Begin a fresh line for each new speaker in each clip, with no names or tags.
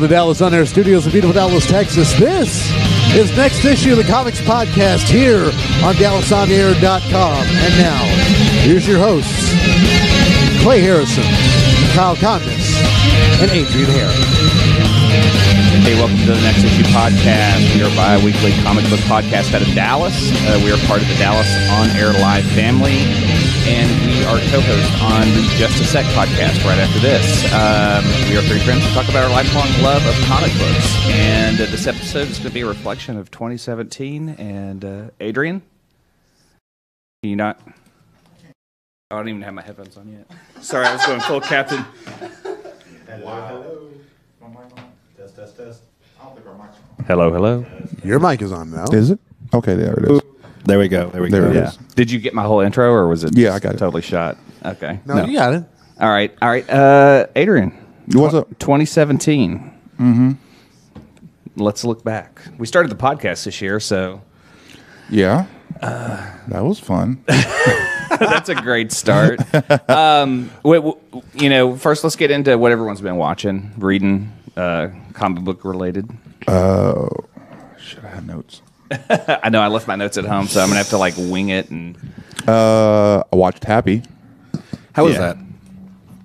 the Dallas On Air Studios in beautiful Dallas, Texas. This is Next Issue, the Comics Podcast, here on DallasOnAir.com. And now, here's your hosts, Clay Harrison, Kyle Condis, and Adrian Hare.
Hey, welcome to the Next Issue Podcast. We are a bi weekly comic book podcast out of Dallas. Uh, we are part of the Dallas On Air Live family, and we are co hosts on the Just a Sec podcast right after this. Um, we are three friends who talk about our lifelong love of comic books. And uh, this episode is going to be a reflection of 2017. And uh, Adrian, can you not? I don't even have my headphones on yet. Sorry, I was going full captain.
Test, test, test. I don't think our mic's on.
Hello, hello.
Your mic is on now.
Is it? Okay, there it is.
There we go. There we
There
go.
it
Yeah.
is.
Did you get my whole intro, or was it?
Yeah,
just
I got it.
Totally shot. Okay.
No, you got it.
All right. All right. Uh, Adrian,
What's up?
2017. Mm-hmm. Let's look back. We started the podcast this year, so
Yeah. that was fun.
that's a great start. um, we, we- you know, first let's get into what everyone's been watching, reading, uh, comic book related.
Should I have notes?
I know I left my notes at home, so I'm gonna have to like wing it. And
Uh, I watched Happy.
How was
Yeah.
that?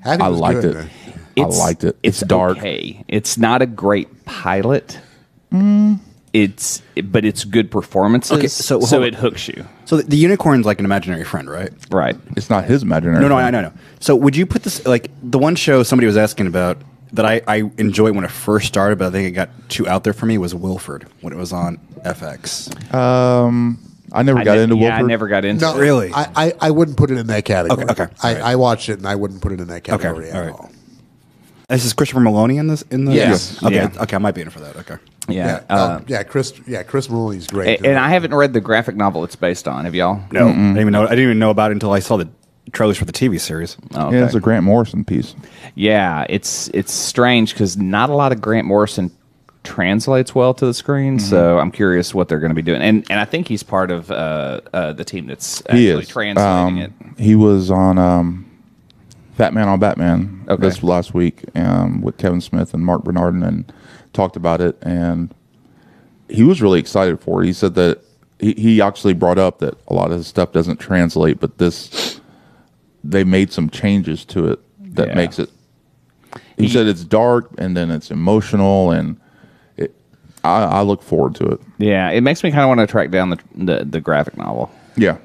Happy
I
was
liked
good,
it.
man.
It's-
I liked it. It's, dark.
Okay, it's not a great pilot. It's but it's good performances.
Okay,
so
so hold on.
it hooks you,
So the, the unicorn's like an imaginary friend, right?
right?
It's not his imaginary.
No, no, I
friend.
know, I know. So would you put this like the one show somebody was asking about that I, I enjoyed when it first started, but I think it got too out there for me was Wilford when it was on FX.
I never got
ne-
into
yeah,
Wilford.
I never got into
No,
it.
Really?
I, I, I wouldn't put it in that category.
Okay, okay.
I,
All right.
I watched it and I wouldn't put it in that
Okay,
category
all
at
right.
all.
This is Christopher Maloney in this in the
Yes.
Okay,
Yeah.
okay, I might be in for that. Okay.
Yeah.
Yeah,
uh,
um, yeah, Chris. Yeah, Chris Maloney's
a-
great.
and I haven't read the graphic novel it's based on. Have y'all?
No. I didn't even know I didn't even know about it until I saw the trailers for the TV series.
Oh,
Yeah,
okay.
it's a Grant Morrison piece.
Yeah, it's it's strange because not a lot of Grant Morrison translates well to the screen.
Mm-hmm.
So I'm curious what they're going to be doing. And and I think he's part of uh, uh, the team that's
He
actually
is
translating it.
Um, He was on um, Fat Man on Batman
Okay.
this last week um, with Kevin Smith and Mark Bernardin and talked about it and he was really excited for it. He said that he, he actually brought up that a lot of his stuff doesn't translate, but this they made some changes to it that
Yeah.
makes it. He,
He-
said it's dark and then it's emotional and it, I, I look forward to it.
Yeah, it makes me kind of want to track down the, the the graphic novel.
Yeah,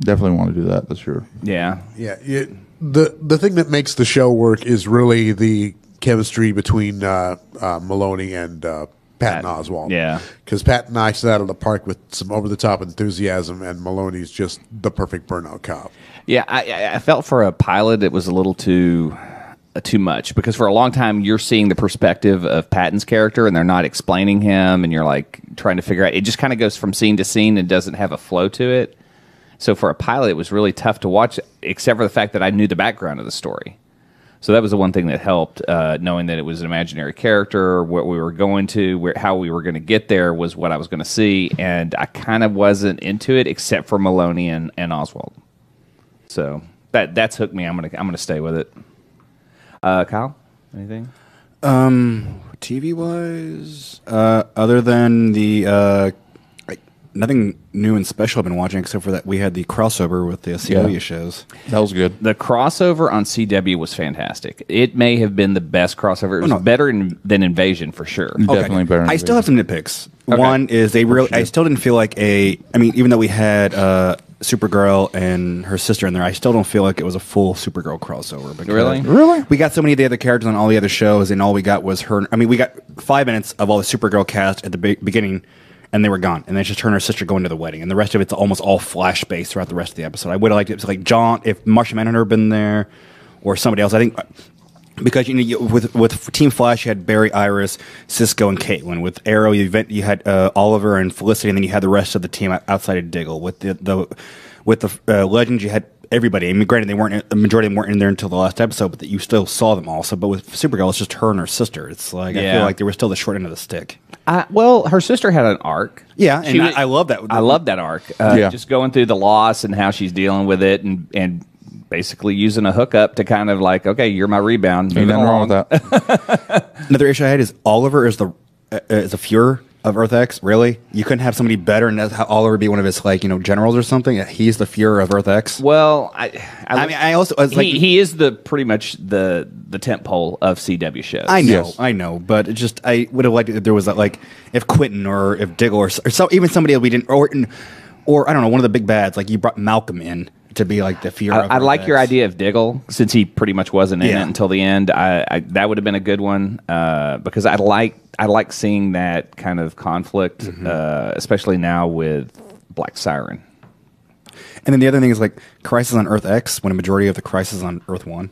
definitely want to do that this year.
Yeah,
yeah, you- the the thing that makes the show work is really the chemistry between uh, uh, Maloney and uh, Patton
Pat-
Oswald.
yeah.
because Patton knocks it out of the park with some over the top enthusiasm, and Maloney's just the perfect burnout cop.
Yeah, I- I, I felt for a pilot it was a little too uh, too much because for a long time you're seeing the perspective of Patton's character and they're not explaining him and you're like trying to figure out it just kind of goes from scene to scene and doesn't have a flow to it. So for a pilot it was really tough to watch except for the fact that I knew the background of the story. So that was the one thing that helped, uh, knowing that it was an imaginary character, what we were going to, where, how we were going to get there was what I was going to see, and I kind of wasn't into it except for Maloney and, and Oswald. So that that's hooked me. I'm gonna I'm gonna stay with it. Uh, Kyle, anything?
TV wise, uh, other than the uh, like, nothing new and special I've been watching except for that we had the crossover with the CW
Yeah.
shows.
That was good.
The crossover on CW was fantastic. It may have been the best crossover. It was
no.
better in, than Invasion for sure.
Definitely better.
I still have some nitpicks.
Okay.
One is they really. I still didn't feel like a. I mean, even though we had uh, Supergirl and her sister in there, I still don't feel like it was a full Supergirl crossover. Because
Really?
Really?
We got so many of the other characters on all the other shows, and all we got was her. I mean, we got five minutes of all the Supergirl cast at the be- beginning, and they were gone. And then it's just her and her sister going to the wedding, and the rest of it's almost all flash based throughout the rest of the episode. I would have liked it to, like John if Martian Manhunter had been there, or somebody else. I think because you know you, with with Team Flash you had Barry, Iris, Cisco, and Caitlin. With Arrow you event, you had uh, Oliver and Felicity, and then you had the rest of the team out- outside of Diggle. With the, the with the uh, Legends you had everybody. I mean, granted they weren't the majority of them weren't in there until the last episode, but that you still saw them all. So, but with Supergirl it's just her and her sister. It's like I
Yeah.
feel like they were still the short end of the stick.
I, well, her sister had an arc.
Yeah, and
She
I- I love that.
I love that arc. Uh,
Yeah.
Just going through the loss and how she's dealing with it, and and basically using a hookup to kind of like, okay, you're my rebound.
Ain't
Move
nothing wrong
along.
with that.
Another issue I had is Oliver is the uh, is a Fuhrer of Earth X. Really, you couldn't have somebody better than that- how Oliver be one of his like you know generals or something. He's the Fuhrer of Earth X.
Well, I,
I mean, I also- I was
he,
like-
he is the pretty much the the temp pole of CW shows.
I know,
Yes.
I know, but it just I would have liked it if there was that, like if Quentin or if Diggle or, so- or so even somebody that we didn't or or I don't know one of the big bads like you brought Malcolm in to be like the fear.
I,
of
I
Earth
like your
X.
idea of Diggle since he pretty much wasn't in
Yeah.
it until the end. I, I that would have been a good one uh, because I like I like seeing that kind of conflict, uh, especially now with Black Siren.
And then the other thing is like Crisis on Earth X when a majority of the Crisis on Earth One.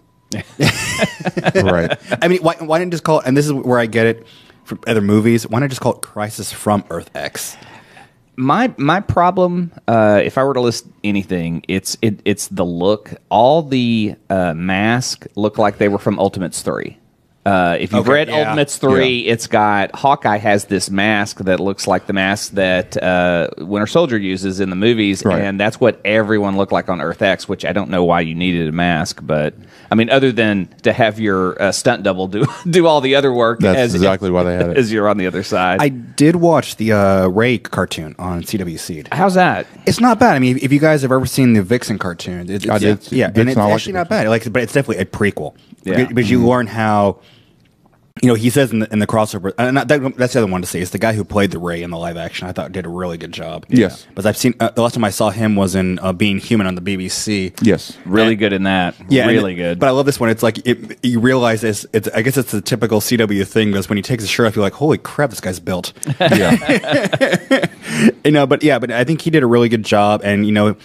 right.
I mean, why why didn't just call it? And this is where I get it from other movies. Why not just call it Crisis from Earth X?
My my problem, uh, if I were to list anything, it's it, it's the look. All the uh, masks look like they were from Ultimates three. Uh, if you've
Okay,
read
yeah.
Ultimates three, it's got Hawkeye has this mask that looks like the mask that uh, Winter Soldier uses in the movies,
Right.
and that's what everyone looked like on Earth X. Which I don't know why you needed a mask, but I mean, other than to have your uh, stunt double do do all the other work.
That's exactly why they had it.
As you're on the other side.
I did watch the uh, Ray cartoon on CW Seed.
How's that?
It's not bad. I mean, if, if you guys have ever seen the Vixen cartoon, it's, it's,
I did see-
yeah,
did
and it's
not like
actually
the
not bad. Like, but it's definitely a prequel.
Yeah.
Because- because you learn how, you know, he says in the, in the crossover. Uh, not, that, that's the other one to see. It's the guy who played the Ray in the live action. I thought did a really good job.
Yes.
but I've seen uh, the last time I saw him was in uh, Being Human on the BBC.
Yes.
Really good in that.
Yeah, and
really
it-
good.
But I love this one. It's like it, you realize it's, it's. I guess it's the typical CW thing because when he takes his shirt off, you're like, "Holy crap, this guy's built."
Yeah.
you know, but yeah, but I think he did a really good job. And you know,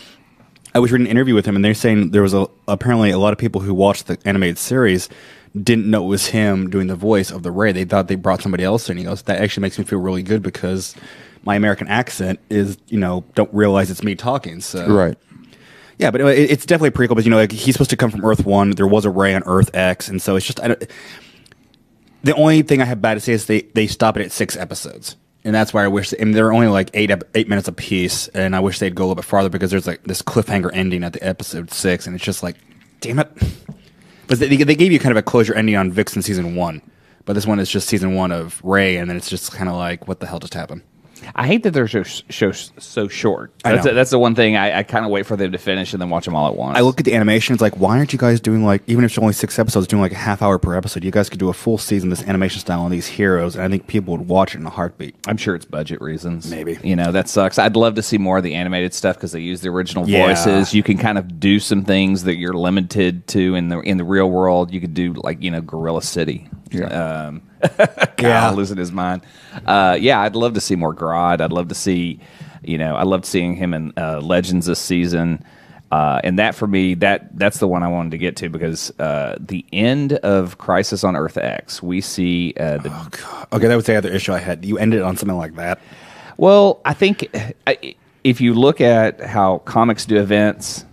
I was reading an interview with him, and they're saying there was a, apparently a lot of people who watched the animated series didn't know it was him doing the voice of the Ray. They thought they brought somebody else in. He goes, that actually makes me feel really good because my American accent is, you know, don't realize it's me talking. So
right.
yeah, but anyway, it, it's definitely a prequel. But you know, like, he's supposed to come from Earth One. There was a Ray on Earth X, and so it's just I don't, the only thing I have bad to say is they they stop it at six episodes, and that's why I wish. And they're only like eight ep- eight minutes apiece, and I wish they'd go a little bit farther because there's like this cliffhanger ending at the episode six, and it's just like, damn it. But they, they gave you kind of a closure ending on Vixen season one, but this one is just season one of Ray, and then it's just kind of like, what the hell just happened?
I hate that they're so, so, so short.
I
That's,
know.
that's the one thing I, I kind of wait for them to finish and then watch them all at once.
I look at the animation. It's like, why aren't you guys doing like, even if it's only six episodes, doing like a half hour per episode? You guys could do a full season of this animation style on these heroes, and I think people would watch it in a heartbeat.
I'm sure it's budget reasons.
Maybe.
you know that sucks. I'd love to see more of the animated stuff because they use the original
Yeah.
voices. You can kind of do some things that you're limited to in the in the real world. You could do like you know Gorilla City.
uh,
Yeah.
Um, Kyle losing his mind. Uh, yeah, I'd love to see more Grodd. I'd love to see, you know, I loved seeing him in uh, Legends this season. Uh, and that for me, that that's the one I wanted to get to because uh, the end of Crisis on Earth X, we see uh, the
Okay, that was the other issue I had. You ended on something like that.
well, I think I- if you look at how comics do events,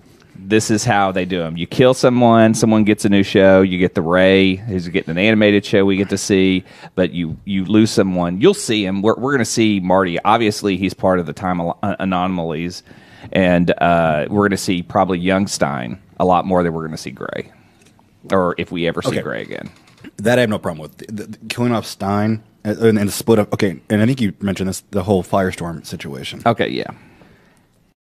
this is how they do them. You kill someone, someone gets a new show. You get the Ray, who's getting an animated show we get to see, but you you lose someone. You'll see him. We're, we're going to see Marty. Obviously, he's part of the time al- uh, anomalies, and uh, we're going to see probably Youngstein a lot more than we're going to see Gray, or if we ever see
Okay.
Gray again.
That I have no problem with. The, the- killing off Stein uh, and, and the split up. Okay, and I think you mentioned this the whole firestorm situation.
Okay, yeah.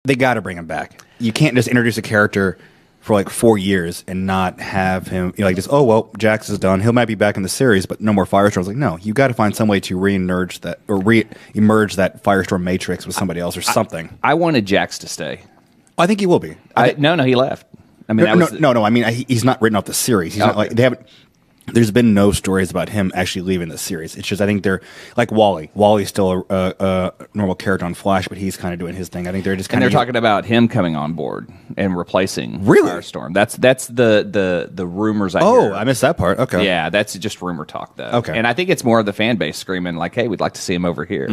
They got to bring him back. You can't just introduce a character for like four years and not have him you know, like just oh well Jax is done. He'll might be back in the series, but no more firestorms. Like no, you got to find some way to re-emerge that or re-emerge that firestorm matrix with somebody else or something.
I wanted Jax to stay.
I think he will be.
I, no, no, he left. I mean, that
no,
was
no, no. I mean, I, he's not written off the series. He's not
Okay.
like they haven't. There's been no stories about him actually leaving the series. It's just I think they're like Wally. Wally's still a, a, a normal character on Flash, but he's kind of doing his thing. I think they're just
and
kind
they're
of
talking about him coming on board and replacing
Really?
Firestorm. That's that's the the the rumors. I
Oh,
hear.
I missed that part. Okay.
Yeah, that's just rumor talk though.
Okay.
and I think it's more of the fan base screaming like, "Hey, we'd like to see him over here.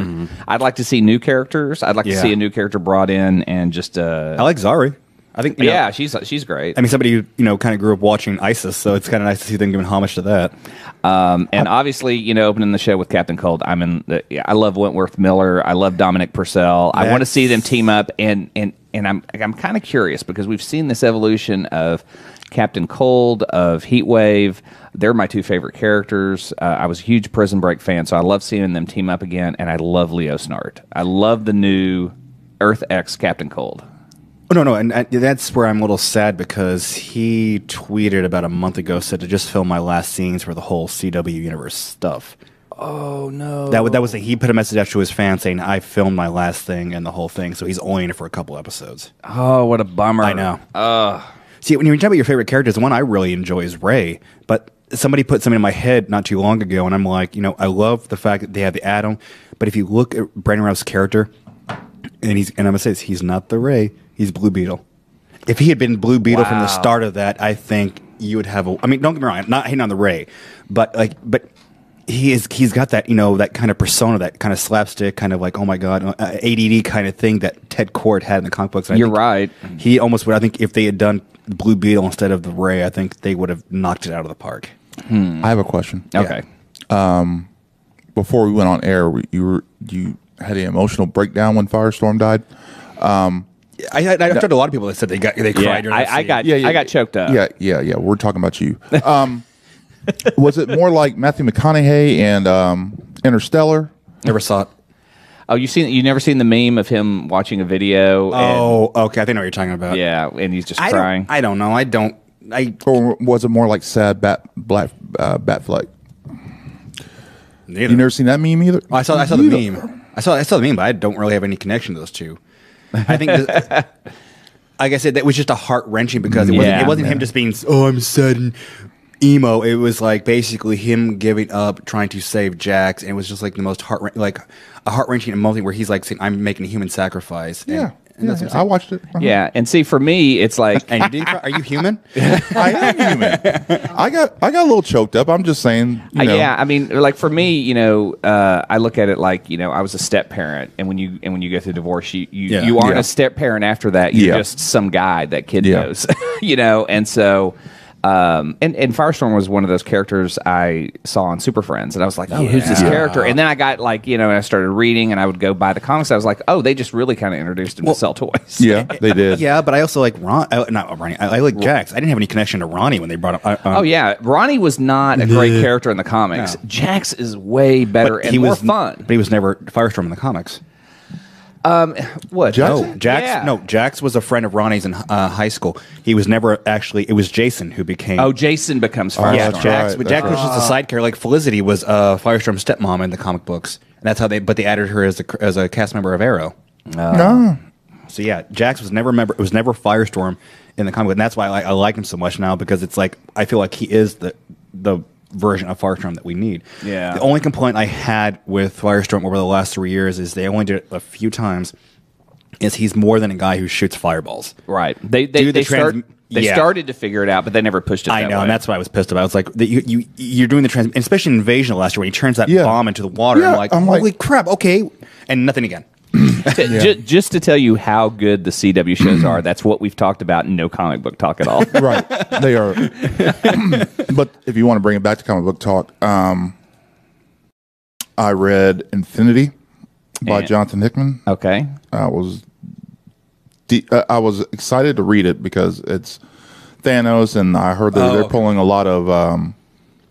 I'd like to see new characters. I'd like
Mm-hmm. Yeah.
to see a new character brought in and just uh,
I like Zari. I think you know,
Yeah, she's she's great.
I mean, somebody who, you know kind of grew up watching ISIS, so it's kind of nice to see them giving homage to that.
Um, and obviously, you know, opening the show with Captain Cold, I'm in. The, yeah, I love Wentworth Miller. I love Dominic Purcell. I want to
That's-
see them team up, and and and I'm I'm kind of curious because we've seen this evolution of Captain Cold of Heatwave. They're my two favorite characters. Uh, I was a huge Prison Break fan, so I love seeing them team up again, and I love Leo Snart. I love the new Earth X Captain Cold.
Oh no, no, and, and that's where I'm a little sad because he tweeted about a month ago said to just film my last scenes for the whole CW universe stuff.
Oh no!
That wa- that was he put a message out to his fans saying I filmed my last thing and the whole thing, so he's only in it for a couple episodes.
oh, what a bummer!
I know. See, when you talk about your favorite characters, one I really enjoy is Ray. But somebody put something in my head not too long ago, and I'm like, you know, I love the fact that they have the Atom. But if you look at Brandon Routh's character, and he's and I'm gonna say this, he's not the Ray, he's Blue Beetle. If he had been Blue Beetle from the
Wow.
start of that, I think you would have. A, I mean, don't get me wrong, I'm not hating on the Ray, but like, but he is he's got that you know that kind of persona, that kind of slapstick, kind of like oh my god, uh, ADD kind of thing that Ted Cord had in the comic books. and I
You're
think
right.
he almost would. I think if they had done Blue Beetle instead of the Ray, I think they would have knocked it out of the park. mm.
I have a question.
Okay.
Before we went on air, we- you were, you had an emotional breakdown when Firestorm died.
I, I, I talked to a lot of people that said they got they cried. during
I,
that
I
scene.
got
Yeah, yeah,
I got choked up.
yeah, yeah, yeah. We're talking about you. Um, was it more like Matthew McConaughey and um, Interstellar?
never saw it.
Oh, you seen you never seen the meme of him watching a video?
Oh, okay. I think I know what you're talking about.
and, yeah, and he's just
Uh, I
crying.
don't. I don't know. I don't. I
Or was it more like sad Bat Black uh, Batfleck?
neither.
You never seen that meme either.
I saw. I saw the
You don't-
meme. I saw. I saw the meme, but I don't really have any connection to those two. I think. this- like I said, that was just a heart wrenching because it wasn't.
Yeah.
It wasn't him just being. Oh, I'm sad and emo. It was like basically him giving up, trying to save Jax, and it was just like the most heart like a heart wrenching emotion where he's like saying, "I'm making a human sacrifice." And,
Yeah,
and that's
yeah,
what
I
I'm saying.
watched it. Uh-huh.
yeah, and see, for me, it's like
And you didn't cry? Are you human?
I am human. I got I got a little choked up. I'm just saying. You
Uh,
know,
yeah, I mean, like for me, you know, uh, I look at it like you know, I was a step parent, and when you and when you go through divorce, you you,
Yeah.
you aren't
Yeah.
a step parent after that. You're
Yeah.
just some guy that kid
Yeah.
knows, you know, and so. Um, and, and Firestorm was one of those characters I saw on Super Friends, and I was like, "Oh, who's this
Yeah.
character?" And then I got like, you know, and I started reading, and I would go buy the comics. I was like, "Oh, they just really kind of introduced him to sell toys."
yeah, they did.
yeah, but I also like Ron. I, not Ronnie. I, I like Jax. I didn't have any connection to Ronnie when they brought up. I- um,
Oh yeah, Ronnie was not a great character in the comics. Jax is way better and more
was
fun.
But he was never Firestorm in the comics.
What?
Jackson?
No, Jax.
Yeah.
No, Jax was a friend of Ronnie's in uh, high school. He was never actually. It was Jason who became.
Oh, Jason becomes Firestorm.
yeah,
that's
Jax.
right,
But
that's
Jax was just a side character. Like Felicity was uh, Firestorm's stepmom in the comic books, and that's how they. But they added her as a as a cast member of Arrow.
No,
So yeah, Jax was never member. It was never Firestorm in the comic, book, and that's why I, I like him so much now because it's like I feel like he is the the version of Firestorm that we need.
Yeah.
The only complaint I had with Firestorm over the last three years is they only did it a few times. Is he's more than a guy who shoots fireballs.
Right. They they,
Do the
they, start-
trans-
they
yeah.
started to figure it out, but they never pushed it.
I
that
know,
way.
and that's why I was pissed about. it. I was like, the, you, you, you're doing the trans, and especially in Invasion last year when he turns that
Yeah.
bomb into the water.
Yeah,
I'm like,
I'm like-
holy crap, okay, and nothing again.
Ju- ju- just to tell you how good the CW shows are. That's what we've talked about. in No comic book talk at all.
right. They are. but if you want to bring it back to comic book talk, um, I read Infinity by
And-
Jonathan Hickman.
okay.
I was de- uh, I was excited to read it because it's Thanos, and I heard that
Oh.
they're pulling a lot of um,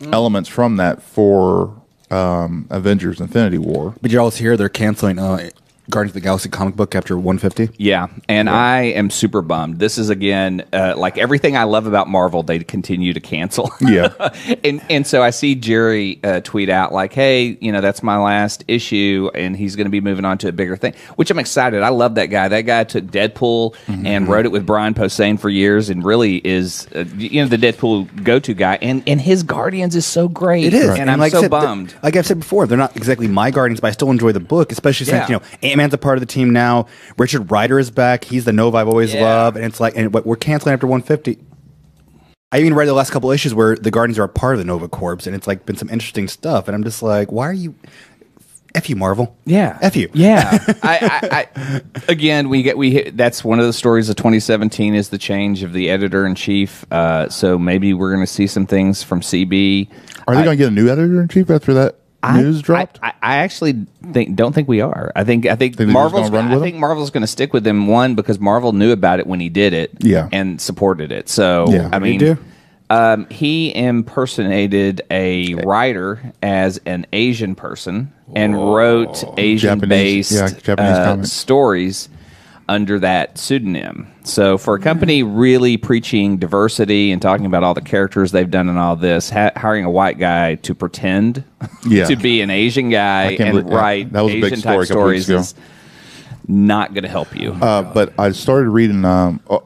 Mm.
elements from that for um, Avengers: Infinity War.
But you always hear they're canceling uh, Guardians of the Galaxy comic book after 150.
Yeah, and I am super bummed. This is again uh, like everything I love about Marvel. They continue to cancel.
Yeah.
and and so I see Jerry uh, tweet out like, "Hey, you know that's my last issue, and he's going to be moving on to a bigger thing." Which I'm excited. I love that guy. That guy took Deadpool
Mm-hmm.
and wrote it with Brian Posehn for years, and really is uh, you know the Deadpool go to guy. And and his Guardians is so great.
It is,
and, I'm
like I
so
said, th-
bummed.
like I've said before, they're not exactly my Guardians, but I still enjoy the book, especially since
Yeah.
you know Ant Man's a part of the team now. Richard Ryder is back; he's the Nova I've always
Yeah.
loved, and it's like, and what we're canceling after 150. I even read the last couple issues where the Guardians are a part of the Nova Corps, and it's like been some interesting stuff. And I'm just like, why are you? F you, Marvel.
Yeah.
F you.
Yeah. I, I, I, again, we get we hit, that's one of the stories of 2017 is the change of the editor in chief. Uh, so maybe we're going to see some things from CB.
Are they going to get a new editor in chief after that
I-
news dropped?
I, I, I actually think don't think we are. I think I think,
they're just
Marvel's.
gonna run with
I
them?
think Marvel's going to stick with them one because Marvel knew about it when he did it.
Yeah.
and supported it. So
Yeah.
I
What'd he
mean,
do?
Um, he impersonated
Eh.
a writer as an Asian person and wrote Asian-based
yeah, Japanese
uh,
comic.
stories under that pseudonym. So for a company really preaching diversity and talking about all the characters they've done and all this, ha- hiring a white guy to pretend
Yeah.
to be an Asian guy
I can't
and
believe- yeah,
write
that was a
Asian
big story a
type
couple weeks
stories
ago.
is not going to help you.
Uh, but I started reading um, oh,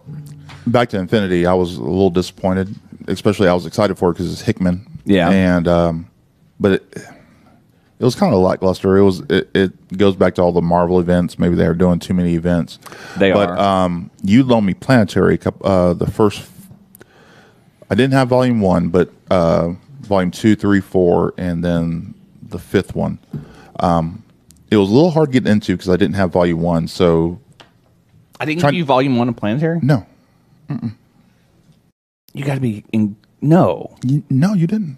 back to Infinity. I was a little disappointed, especially I was excited for it because it's Hickman.
Yeah.
and um, but it, it was kind of lackluster. It was it, it goes back to all the Marvel events. Maybe they were doing too many events.
They
but,
are.
Um, you loaned me Planetary. a coup- Uh, the first I didn't have volume one, but uh, volume two, three, four, and then the fifth one. Um, it was a little hard to get into because I didn't have volume one. So
I didn't
trying-
give you volume one of Planetary.
no,
You got to be in. No,
You, no, you didn't.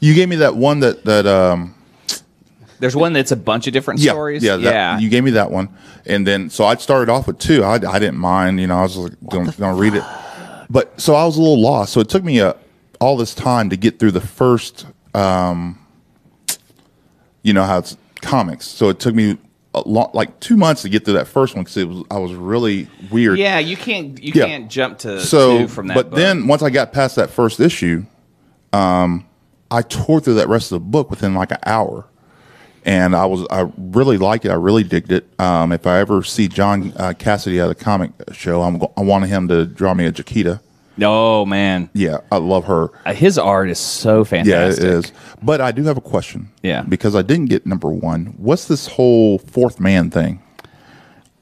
You gave me that one that that um
there's one that's a bunch of different
yeah
stories.
yeah, that- you gave me that one and then so I started off with two I, I didn't mind you know I was like gonna, gonna read it but so I was a little lost so it took me a all this time to get through the first um you know how it's comics so it took me a lot like two months to get through that first one because it was I was really weird
yeah, you can't. You
Yeah.
can't jump to
so
two from that.
but
book.
then once i got past that first issue um i tore through that rest of the book within like an hour and i was i really liked it i really digged it um if i ever see john uh, cassidy at a comic show i'm go- i want him to draw me a jaquita
oh man,
yeah i love her
Uh, his art is so
yeah
fantastic.
it is but i do have a question
Yeah.
because i didn't get number one what's this whole fourth man thing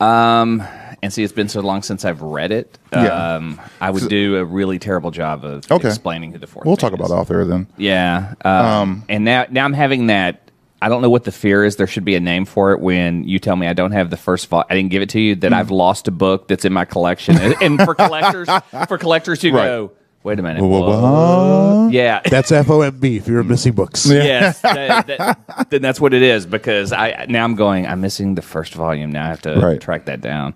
And see, it's been so long since I've read it.
Yeah.
Um, I would do a really terrible job of
Okay.
explaining who the fourth.
we'll
man
talk
is.
about it off air then
Yeah. Um, and now, now I'm having that. I don't know what the fear is. There should be a name for it when you tell me I don't have the first vol. I didn't give it to you.
Hmm.
That I've lost a book that's in my collection. and, and for collectors, for collectors who
Right.
go, wait a minute.
Wha-
what?" Yeah.
That's FOMB if you're missing books.
yes. that- that- then that's what it is because I now I'm going. I'm missing the first volume. Now I have to
Right.
track that down.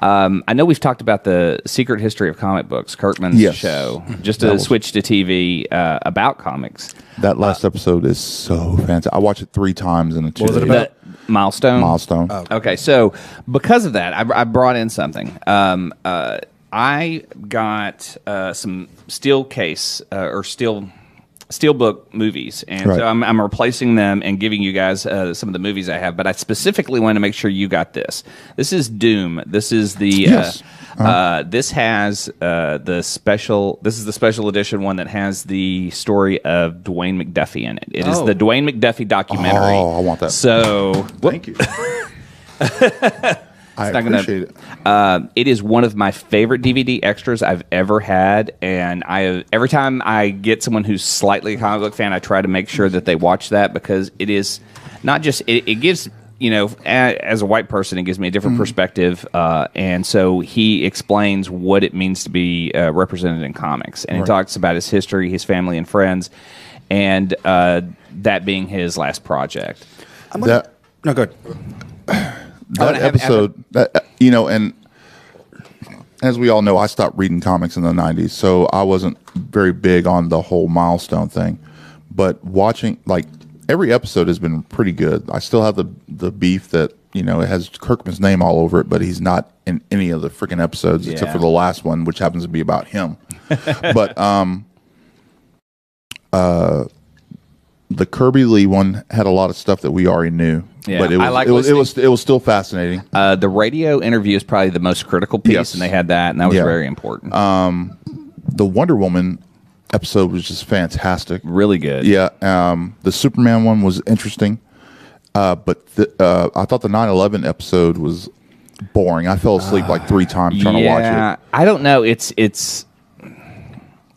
Um, I know we've talked about the secret history of comic books, Kirkman's
Yes.
show, just
That
to
was-
switch to TV uh, about comics.
that last episode is so fantastic i watched it three times in a two
was it
days.
about? Oh,
The milestone.
milestone
Okay, so because of that, I, I brought in something. Um, uh, I got uh, some steel case uh, or steel steelbook movies, and
Right.
so I'm, I'm replacing them and giving you guys uh, some of the movies I have. But I specifically want to make sure you got this. This is Doom. This is the
Yes. Uh-huh.
uh, uh, this has uh, the special. This is the special edition one that has the story of Dwayne McDuffie in it. It is
Oh.
the Dwayne McDuffie documentary.
Oh, I want that.
So
Thank you. I
not gonna-
appreciate it.
Um, it is one of my favorite DVD extras I've ever had, and I every time I get someone who's slightly a comic book fan, I try to make sure that they watch that because it is not just it, it gives you know a- as a white person it gives me a
Mm-hmm.
different perspective, uh, and so he explains what it means to be uh, represented in comics, and he talks about his history, his family and friends, and uh, that being his last project.
I'm gonna-
That-
no, good.
That
have-
episode, that, uh, you know, and as we all know, I stopped reading comics in the 90s, so I wasn't very big on the whole milestone thing. But watching, like, every episode has been pretty good. I still have the, the beef that, you know, it has Kirkman's name all over it, but he's not in any of the freaking episodes except
Yeah.
for the last one, which happens to be about him. but, um, uh, the Kirby Lee one had a lot of stuff that we already knew,
Yeah,
but it was,
I like
it, was it
listening-
was it was still fascinating.
Uh, the radio interview is probably the most critical piece,
Yes.
and they had that, and that was
Yeah. Um,
very important.
the Wonder Woman episode was just fantastic.
really good.
Yeah, um, the Superman one was interesting, uh, but the, uh, I thought the 9/11 episode was boring. I fell asleep like three times trying to watch it.
I don't know. It's it's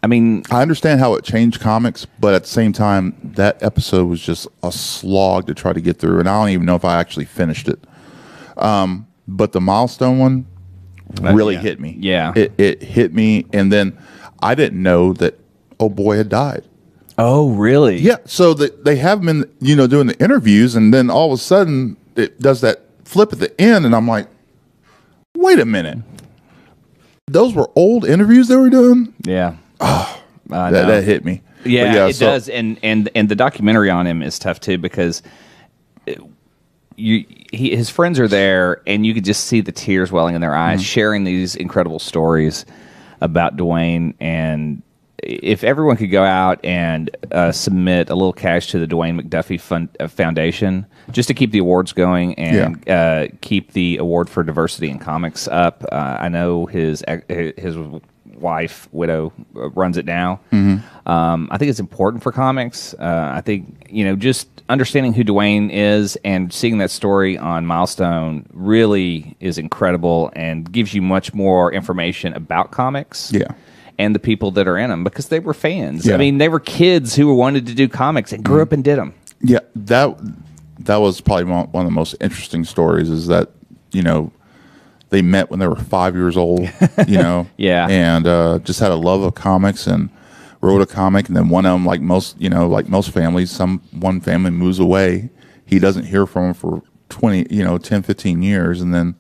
I mean,
I understand how it changed comics, but at the same time, that episode was just a slog to try to get through, and I don't even know if I actually finished it. Um, but the milestone one really
yeah.
hit me.
Yeah.
it, it hit me, and then I didn't know that old boy had died.
oh really?
Yeah, so the, they have been, you know, doing the interviews, and then all of a sudden it does that flip at the end, and I'm like, wait a minute, those were old interviews they were doing.
yeah, I
that,
know.
that hit me. But
yeah, it
so-
does. And and and the documentary on him is tough too because it- you he, his friends are there, and you could just see the tears welling in their
Mm-hmm.
eyes, sharing these incredible stories about Dwayne. And if everyone could go out and uh, submit a little cash to the Dwayne McDuffie Fund, uh, Foundation, just to keep the awards going and uh, keep the award for diversity in comics up. Uh, I know his ex- his wife widow uh, runs it now.
Mm-hmm.
Um, I think it's important for comics. Uh, I think you know just understanding who Dwayne is and seeing that story on Milestone really is incredible and gives you much more information about comics.
Yeah.
And the people that are in them because they were fans. I
Yeah. Mm-hmm.
mean, they were kids who wanted to do comics and grew up and did them.
Yeah, that that was probably one one of the most interesting stories is that you know they met when they were five years old, you know,
Yeah.
and uh, just had a love of comics and wrote a comic, and then one of them, like most, you know, like most families, some one family moves away, he doesn't hear from him for twenty, you know, 10, 15 years, and then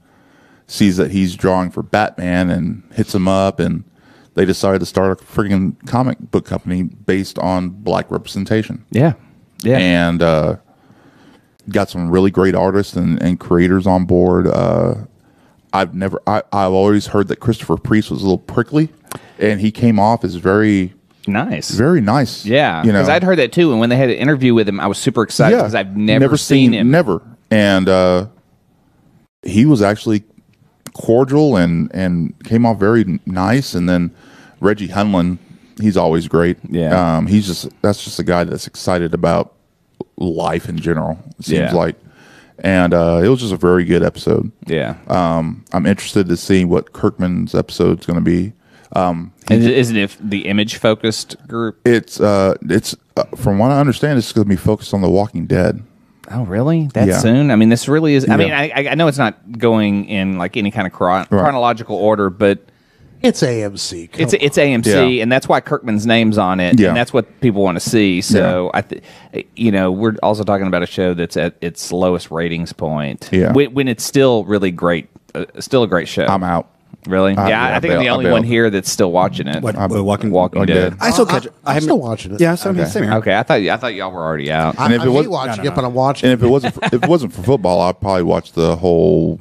sees that he's drawing for Batman and hits him up and. They decided to start a freaking comic book company based on black representation
Yeah. Yeah.
and uh, got some really great artists and, and creators on board. Uh, I've never, I, I've always heard that Christopher Priest was a little prickly, and he came off as very,
nice.
very nice.
yeah.
you know,
Because I'd heard that too. And when they had an interview with him, I was super excited because I've never, seen, him.
never, and uh, he was actually cordial and and came off very n- nice. And then Reggie Hunlin, he's always great.
Yeah.
um, he's just that's just a guy that's excited about life in general. It seems
Yeah.
like, and uh, it was just a very good episode.
yeah.
Um, I'm interested to see what Kirkman's episode's going to be.
And isn't it the image focused group?
It's uh, it's uh, from what I understand, it's going to be focused on The Walking Dead.
Oh, really? That
Yeah.
soon? I mean, this really is. I mean,
Yeah.
I, I- I know it's not going in like any kind of chron-
Right.
chronological order, but
It's AMC. Come
it's
on.
it's AMC,
Oh, Yeah.
and that's why Kirkman's name's on it,
Yeah.
and that's what people want to see. So I, th- you know, we're also talking about a show that's at its lowest ratings point.
Yeah.
when, when it's still really great, uh, still a great show.
I'm out.
Really?
I-
yeah, I,
I
think I'm
bailed-
the
I
only one
bailed.
here that's still watching it.
What, uh, Walking,
Walking
Walking
Dead.
Dead.
I still catch it.
I-
I
I'm
haven't-
still watching it.
Yeah, so okay.
Okay.
same here.
Okay, I thought I thought y'all were already out.
I,
And if
I
it was-
hate watching
No, no,
it, but
no.
I'm watching
And
it.
if it wasn't for, if it wasn't for football, I'd probably watch the whole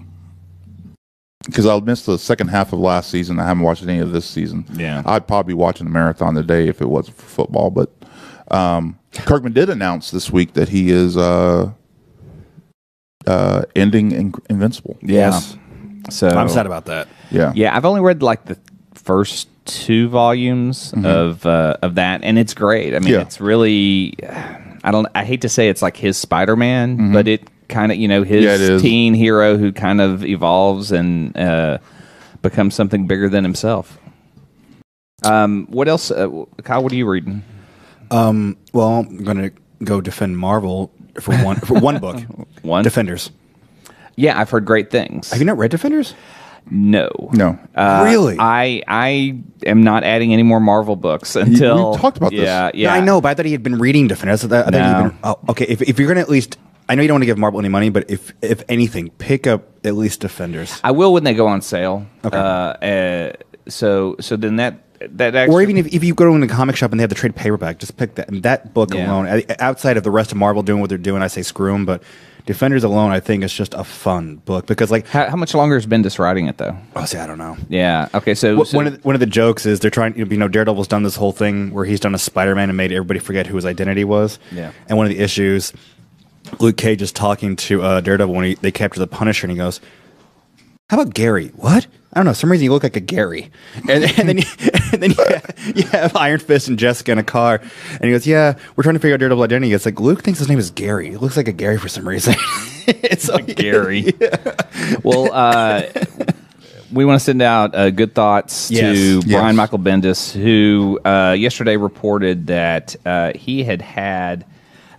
because I missed the second half of last season. I haven't watched any of this season.
Yeah.
I'd probably be watching the marathon today if it wasn't for football. But um, Kirkman did announce this week that he is uh, uh, ending in- Invincible.
Yes.
So
I'm sad about that.
Yeah,
Yeah, I've only read like the first two volumes of uh, of that, and it's great. I mean,
Mm-hmm. Yeah.
it's really. I don't. I hate to say it's like his Spider Man, but it kind of you know his
Mm-hmm. Yeah, it is.
teen hero who kind of evolves and uh, becomes something bigger than himself. Um, what else, uh, Kyle? What are you reading?
Well, I'm gonna go defend Marvel for one for one book.
One.
Defenders.
yeah, I've heard great things.
Have you not read Defenders?
no,
no,
Uh,
Really?
I I am not adding any more Marvel books until
we talked about this.
Yeah, yeah,
Yeah, I know, but I thought he had been reading Defenders. I thought, I thought
No.
he'd been, oh, okay, if, if you're gonna at least, I know you don't want to give Marvel any money, but if if anything, pick up at least Defenders,
I will when they go on sale.
Okay.
Uh, uh, so so then that that actually,
or even if, if you go to the comic shop and they have the trade paperback, just pick that. And that book
Yeah.
alone, I- outside of the rest of Marvel doing what they're doing, I say screw them. But Defenders alone, I think is just a fun book because, like,
how, how much longer has Bendis writing it though?
oh, see, I don't know.
Yeah. Okay. So,
Wh-
so-
one, of the, one of the jokes is they're trying. You know, Daredevil's done this whole thing where he's done a Spider-Man and made everybody forget who his identity was.
Yeah.
And one of the issues, Luke Cage is talking to uh, Daredevil when he, they capture the Punisher, and he goes, "How about Gary? What? I don't know. For some reason you look like a Gary." And, and then, you, and then you, have, you have Iron Fist and Jessica in a car, and he goes, "Yeah, we're trying to figure out Daredevil identity." It's like Luke thinks his name is Gary. It looks like a Gary for some reason. it's like
Gary. Well, uh, we want to send out uh, good thoughts
Yes.
to
Yes.
Brian Michael Bendis, who uh, yesterday reported that uh, he had had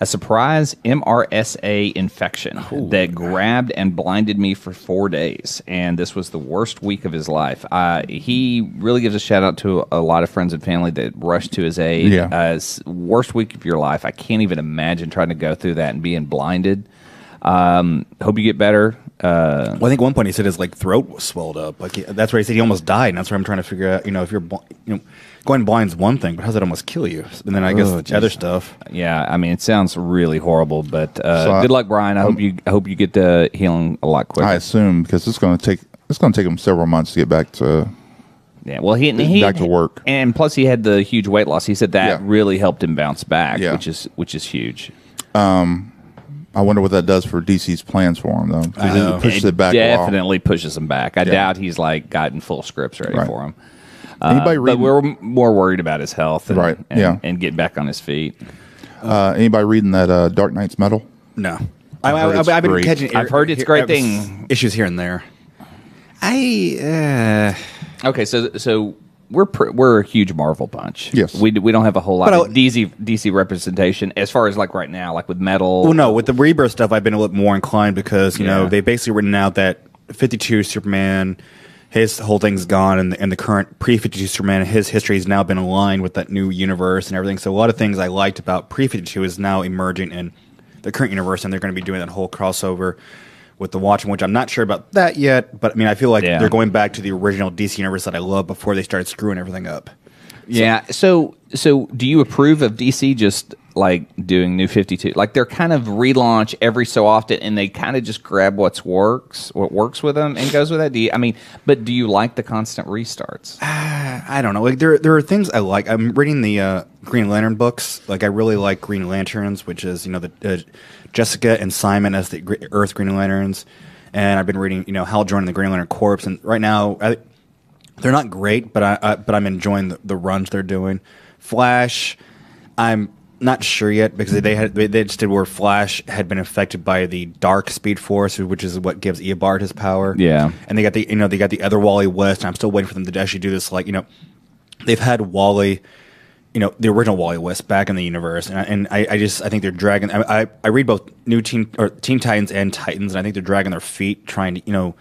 a surprise MRSA infection that grabbed and blinded me for four days, and this was the worst week of his life. Uh, he really gives a shout out to a lot of friends and family that rushed to his aid.
Yeah.
Uh, it's worst week of your life. I can't even imagine trying to go through that and being blinded. Um, hope you get better. Uh,
Well, I think one point he said his like throat was swelled up. Like he- that's where he said he almost died, and that's where I'm trying to figure out. You know, if you're, bl- you know, going blind's one thing, but how's that almost kill you? And then I guess
Oh,
the other stuff.
Yeah, I mean, it sounds really horrible, but uh,
So I-
good luck, Brian. I hope you I hope you get the healing a lot quicker.
I assume because it's going to take it's going to take him several months to get back to.
yeah, well, he, he
Back to work.
and plus he had the huge weight loss. He said that
Yeah.
really helped him bounce back,
Yeah.
which is which is huge.
I wonder what that does for DC's plans for him though. 'cause it
know.
pushes it back. a while.
Definitely pushes him back. I doubt he's like gotten full scripts ready
Right.
for him. Uh,
Anybody
But
reading?
we're more worried about his health, and,
Right,
And,
yeah.
and getting back on his feet.
Uh, anybody reading that uh, Dark Knight's Metal?
No, I, I,
heard
I,
it's
have been
great.
catching.
I've heard it's great thing.
Issues here and there. I. Uh,
Okay, so so we're pr- we're a huge Marvel bunch.
Yes.
we, d- we don't have a whole lot
But
of
I-
DC DC representation as far as like right now, like with metal.
Well, no, with the rebirth stuff, I've been a little more inclined because you
Yeah.
know they basically written out that fifty two Superman, his whole thing's gone, and the, and the current pre fifty two Superman, his history has now been aligned with that new universe and everything. So a lot of things I liked about pre fifty two is now emerging in the current universe, and they're going to be doing that whole crossover with the Watchmen, which I'm not sure about that yet. But I mean, I feel like
Yeah.
they're going back to the original DC universe that I love before they started screwing everything up.
Yeah. So so do you approve of DC just like doing New Fifty Two? Like they're kind of relaunch every so often, and they kind of just grab what's works, what works with them, and goes with that. Do you, I mean, but do you like the constant restarts?
Ah. I don't know. Like there, there are things I like. I'm reading the uh, Green Lantern books. Like I really like Green Lanterns, which is you know the uh, Jessica and Simon as the Gr- Earth Green Lanterns, and I've been reading you know Hal Jordan and the Green Lantern Corps, and right now I, they're not great, but I, I but I'm enjoying the, the runs they're doing. Flash, I'm not sure yet because they had they, they just did where Flash had been affected by the Dark Speed Force, which is what gives Eobard his power.
Yeah.
and they got the you know they got the other Wally West, and I'm still waiting for them to actually do this. Like you know, they've had Wally, you know, the original Wally West back in the universe, and I, and I, I just I think they're dragging. I, I I read both new Teen or Teen Titans and Titans, and I think they're dragging their feet trying to you know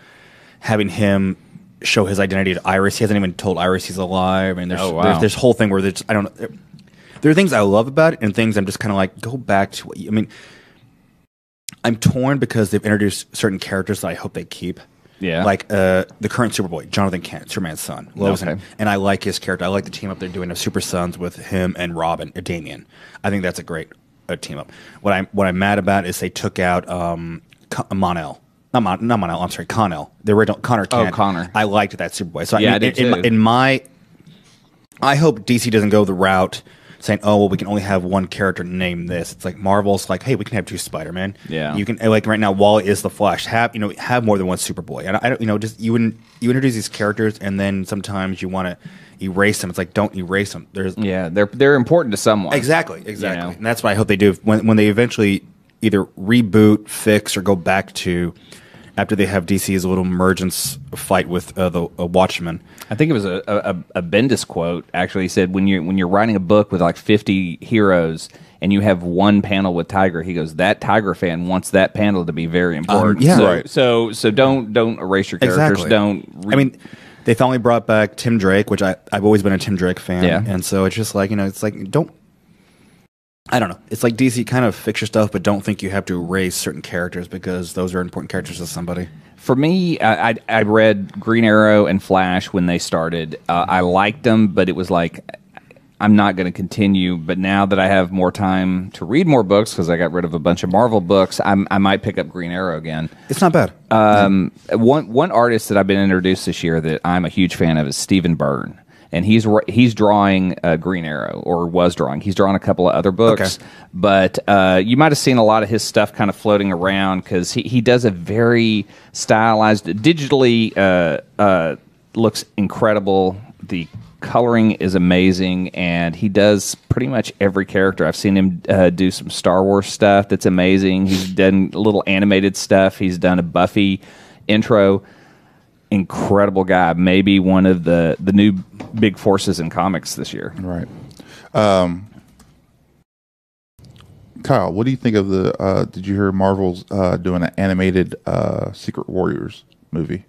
having him show his identity to Iris. He hasn't even told Iris he's alive, and there's
Oh, wow.
there's this whole thing where there's I don't. know. There are things I love about it, and things I'm just kind of like go back to. What you, I mean, I'm torn because they've introduced certain characters that I hope they keep.
Yeah.
Like uh, the current Superboy, Jonathan Kent, Superman's son, loves him.
Okay.
And I like his character. I like the team up they're doing of Super Sons with him and Robin, uh, Damien. I think that's a great uh, team up. What I'm what I'm mad about is they took out um, Con- Monel. Not, Mon- not Monel, I'm sorry, Connell. The original Connor
Oh,
Kent.
Connor.
I liked that Superboy. So
Yeah,
I,
I
mean,
did
in, in
too.
my, in my I hope DC doesn't go the route saying, "Oh, well, we can only have one character named this." It's like Marvel's like, "Hey, we can have two Spider-Man."
Yeah.
you can like right now. Wally is the Flash. Have you know have more than one Superboy? And I, I don't, you know, just you in, you introduce these characters, and then sometimes you want to erase them. It's like don't erase them. There's
Yeah, they're they're important to someone.
Exactly, exactly.
know.
And that's what I hope they do when when they eventually either reboot, fix, or go back to after they have DC's little emergence fight with uh, the uh, Watchmen.
I think it was a, a, a Bendis quote actually He said when you when you're writing a book with like 50 heroes and you have one panel with Tiger, he goes that Tiger fan wants that panel to be very important.
Um, yeah.
so,
Right.
so so don't don't erase your characters. Don't. re-
I mean, they finally brought back Tim Drake, which I I've always been a Tim Drake fan,
Yeah.
and so it's just like you know, it's like don't. I don't know. It's like DC kind of fix your stuff, but don't think you have to erase certain characters because those are important characters to somebody.
for me, I, I I read Green Arrow and Flash when they started. Uh, I liked them, but it was like. I'm not going to continue, but now that I have more time to read more books because I got rid of a bunch of Marvel books, I'm, I might pick up Green Arrow again.
It's not bad.
Um, one one artist that I've been introduced this year that I'm a huge fan of is Stephen Byrne, and he's ri- he's drawing uh, Green Arrow or was drawing. He's drawn a couple of other books,
Okay.
but uh, you might have seen a lot of his stuff kind of floating around because he he does a very stylized, digitally uh, uh, looks incredible. The coloring is amazing and he does pretty much every character i've seen him uh, do some star wars stuff that's amazing he's done little animated stuff he's done a buffy intro incredible guy. Maybe one of the the new big forces in comics this year.
Right. Um, Kyle, what do you think of the? Uh, did you hear Marvel's uh, doing an animated uh, Secret Warriors movie?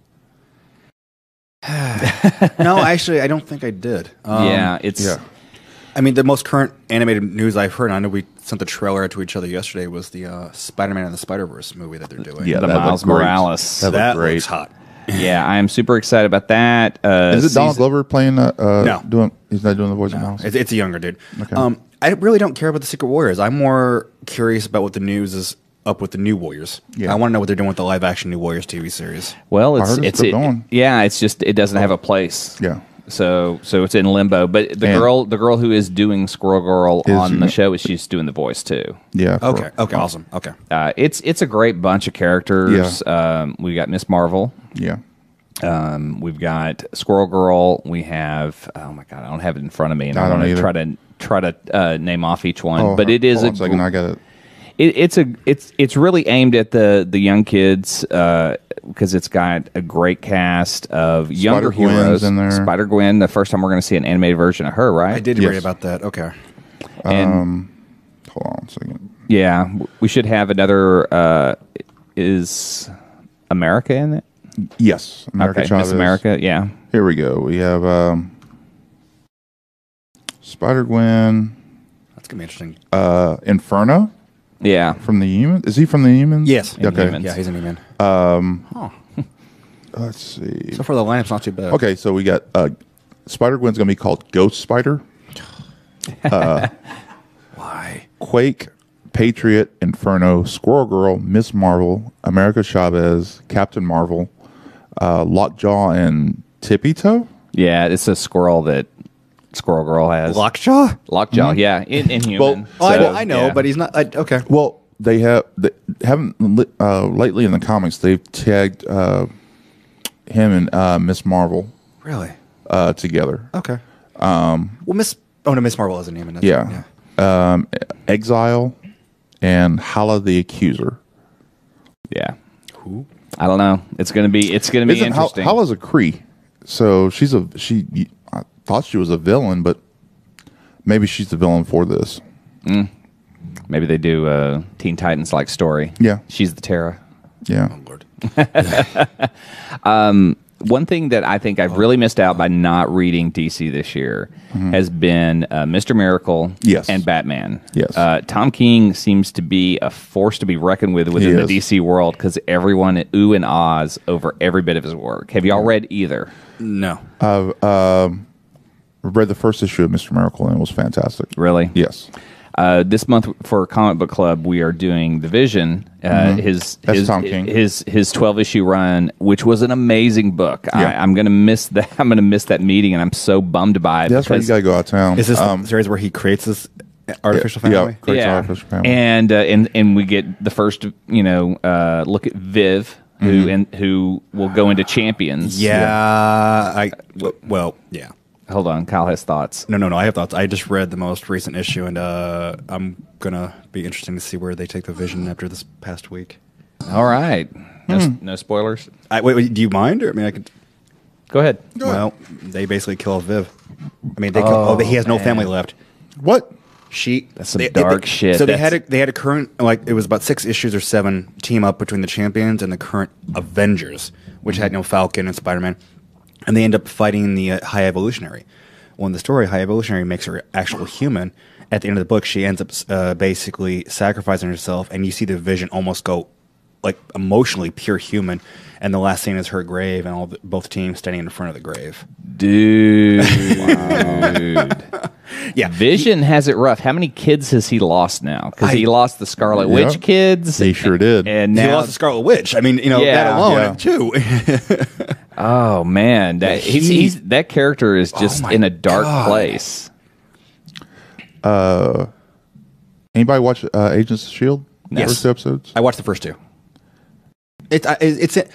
no, actually, I don't think I did. Um,
yeah, it's
yeah.
I mean, the most current animated news I've heard, and I know we sent the trailer to each other yesterday, was the uh, Spider Man and the Spider Verse movie that they're doing.
Yeah,
the
that looked
Miles
great.
Morales.
That
that
looked great.
looks hot.
yeah, I am super excited about that. Uh,
Is it Donald
season-
Glover playing? Uh, uh,
No.
doing he's not doing the voice of Miles.
It's, it's a younger dude. Um, I really don't care about the Secret Warriors. I'm more curious about what the news is up with the New Warriors.
Yeah.
I want to know what they're doing with the live action New Warriors TV series.
Well, it's
heard it's
it's
still
it-
going.
yeah, it's just it doesn't have a place.
Yeah.
So so it's in limbo. But the
And-
girl the girl who is doing Squirrel Girl
Is-
on the show is she's doing the voice too.
Yeah. for-
Okay. Okay. Awesome. Okay.
Uh, it's it's a great bunch of characters. Um, we got Miss Marvel.
Yeah.
Um, we've got Squirrel Girl. We have oh my god, I don't have it in front of me, and
I
I,
don't
want to
either.
try to try to uh, name off each one.
Oh,
but it is
hold
a
on a second.
gr-
I got it.
it, it's a it's it's really aimed at the the young kids because it's got a great cast of younger
Spider-Gwen's
heroes.
in there.
Spider Gwen, the first time we're going to see an animated version of her, right?
I did
Yes.
read about that. Okay.
And
um, Hold on a second.
yeah, w- we should have another. Uh, is America in it?
Yes. America
okay,
Chavez.
Miss America. Yeah,
Here we go. We have um, Spider Gwen,
That's gonna be interesting.
uh, Inferno
yeah.
from the Human. Is he from the Humans? Um,
Yes.
Okay.
Inhumans.
Yeah, he's an E-man.
Let's see.
So far, the lineup's not too bad.
Okay, so we got uh, Spider Gwen's going to be called Ghost Spider, Uh,
Why?
Quake, Patriot, Inferno, Squirrel Girl, Miss Marvel, America Chavez, Captain Marvel, uh, Lockjaw, and Tippy Toe.
Yeah, it's a squirrel that Squirrel Girl has.
Lockjaw?
Lockjaw, yeah, in, in human.
Oh, I
So,
know, I know
yeah.
but he's not. I, okay.
Well, they have they haven't li- uh, lately in the comics. They've tagged uh, him and uh, Miss Marvel
Really?
uh, together.
Okay. Um. Well, Miss. Oh no, Miss Marvel is an E-man. that's
Yeah.
right,
Um, Exile and Hala the Accuser.
yeah. I don't know. It's gonna be. It's gonna be
Isn't Hal-
interesting.
Hala's a Cree, so she's a she. I thought she was a villain, but maybe she's the villain for this.
Maybe they do a Teen Titans like story.
Yeah.
She's the Terra.
Yeah,
Oh, Lord.
One thing that I think I've really missed out by not reading DC this year has been uh, Mr. Miracle
Mm-hmm. Yes.
and Batman.
Yes.
Uh, Tom King seems to be a force to be reckoned with within the
is.
DC world because everyone ooh and ahs over every bit of his work. Have y'all read either?
No.
Uh, I read the first issue of Mister Miracle and it was fantastic.
Really?
Yes,
Uh, this month for Comic Book Club, we are doing The Vision, uh, his
Mm-hmm. That's
his,
Tom King.
his his twelve issue run, which was an amazing book.
Yeah.
I, I'm gonna miss that. I'm gonna miss that meeting, and I'm so bummed by it.
that's why you
because-
gotta go out of town.
Is this
um,
the series where he creates this artificial
yeah,
family?
creates
yeah.
artificial family.
and uh, and and we get the first you know uh, look at Viv,
Mm-hmm.
who and who will go into Champions.
Yeah, I w- well, yeah.
Hold on, Kyle has thoughts.
No, no, no. I have thoughts. I just read the most recent issue, and uh, I'm gonna be interesting to see where they take the vision after this past week.
All right, no, s-
Hmm.
no spoilers.
I, wait, wait, do you mind? Or I mean, I could.
Go ahead.
Well, they basically kill Viv. I mean, they kill, oh, he has no family left.
what?
She.
That's some dark shit.
So they
That's-
had a, they had a current like it was about six issues or seven team up between the champions and the current Avengers, which had no Falcon and Spider Man, and they end up fighting the uh, High Evolutionary. Well, in the story, High Evolutionary makes her actual human. At the end of the book, she ends up uh, basically sacrificing herself, and you see the Vision almost go like emotionally pure human. And the last scene is her grave, and all the, both teams standing in front of the grave.
Dude.
Yeah,
Vision has it rough. How many kids has he lost now? Because he
I-
lost the Scarlet
Yeah.
Witch kids.
They sure did.
And
he
now,
lost the Scarlet Witch. I mean, you know
Yeah.
that alone
Yeah.
too.
oh man, that he's,
he- Oh
he's, that character is just
my
in a dark
God.
place.
Anybody watch uh, Agents of Shield?
Yes.
First two episodes.
I watched the first two. It's I- it's it's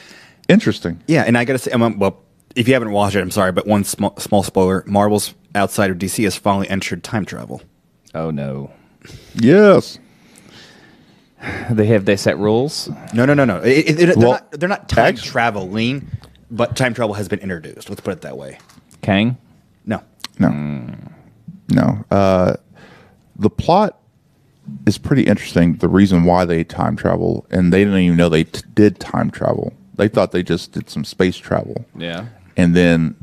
Interesting.
yeah, and I gotta say, I'm, well, if you haven't watched it, I'm sorry, but one small small spoiler: Marvel's outside of DC has finally entered time travel.
Oh no,
Yes.
they have they set rules.
No, no, no, no. It, it, it- they're,
Well,
not, they're not time
actu-
traveling. but time travel has been introduced. Let's put it that way.
Kang.
No,
No. No. Uh, the plot is pretty interesting. The reason why they time travel, and they didn't even know they t- did time travel. They thought they just did some space travel.
Yeah.
And then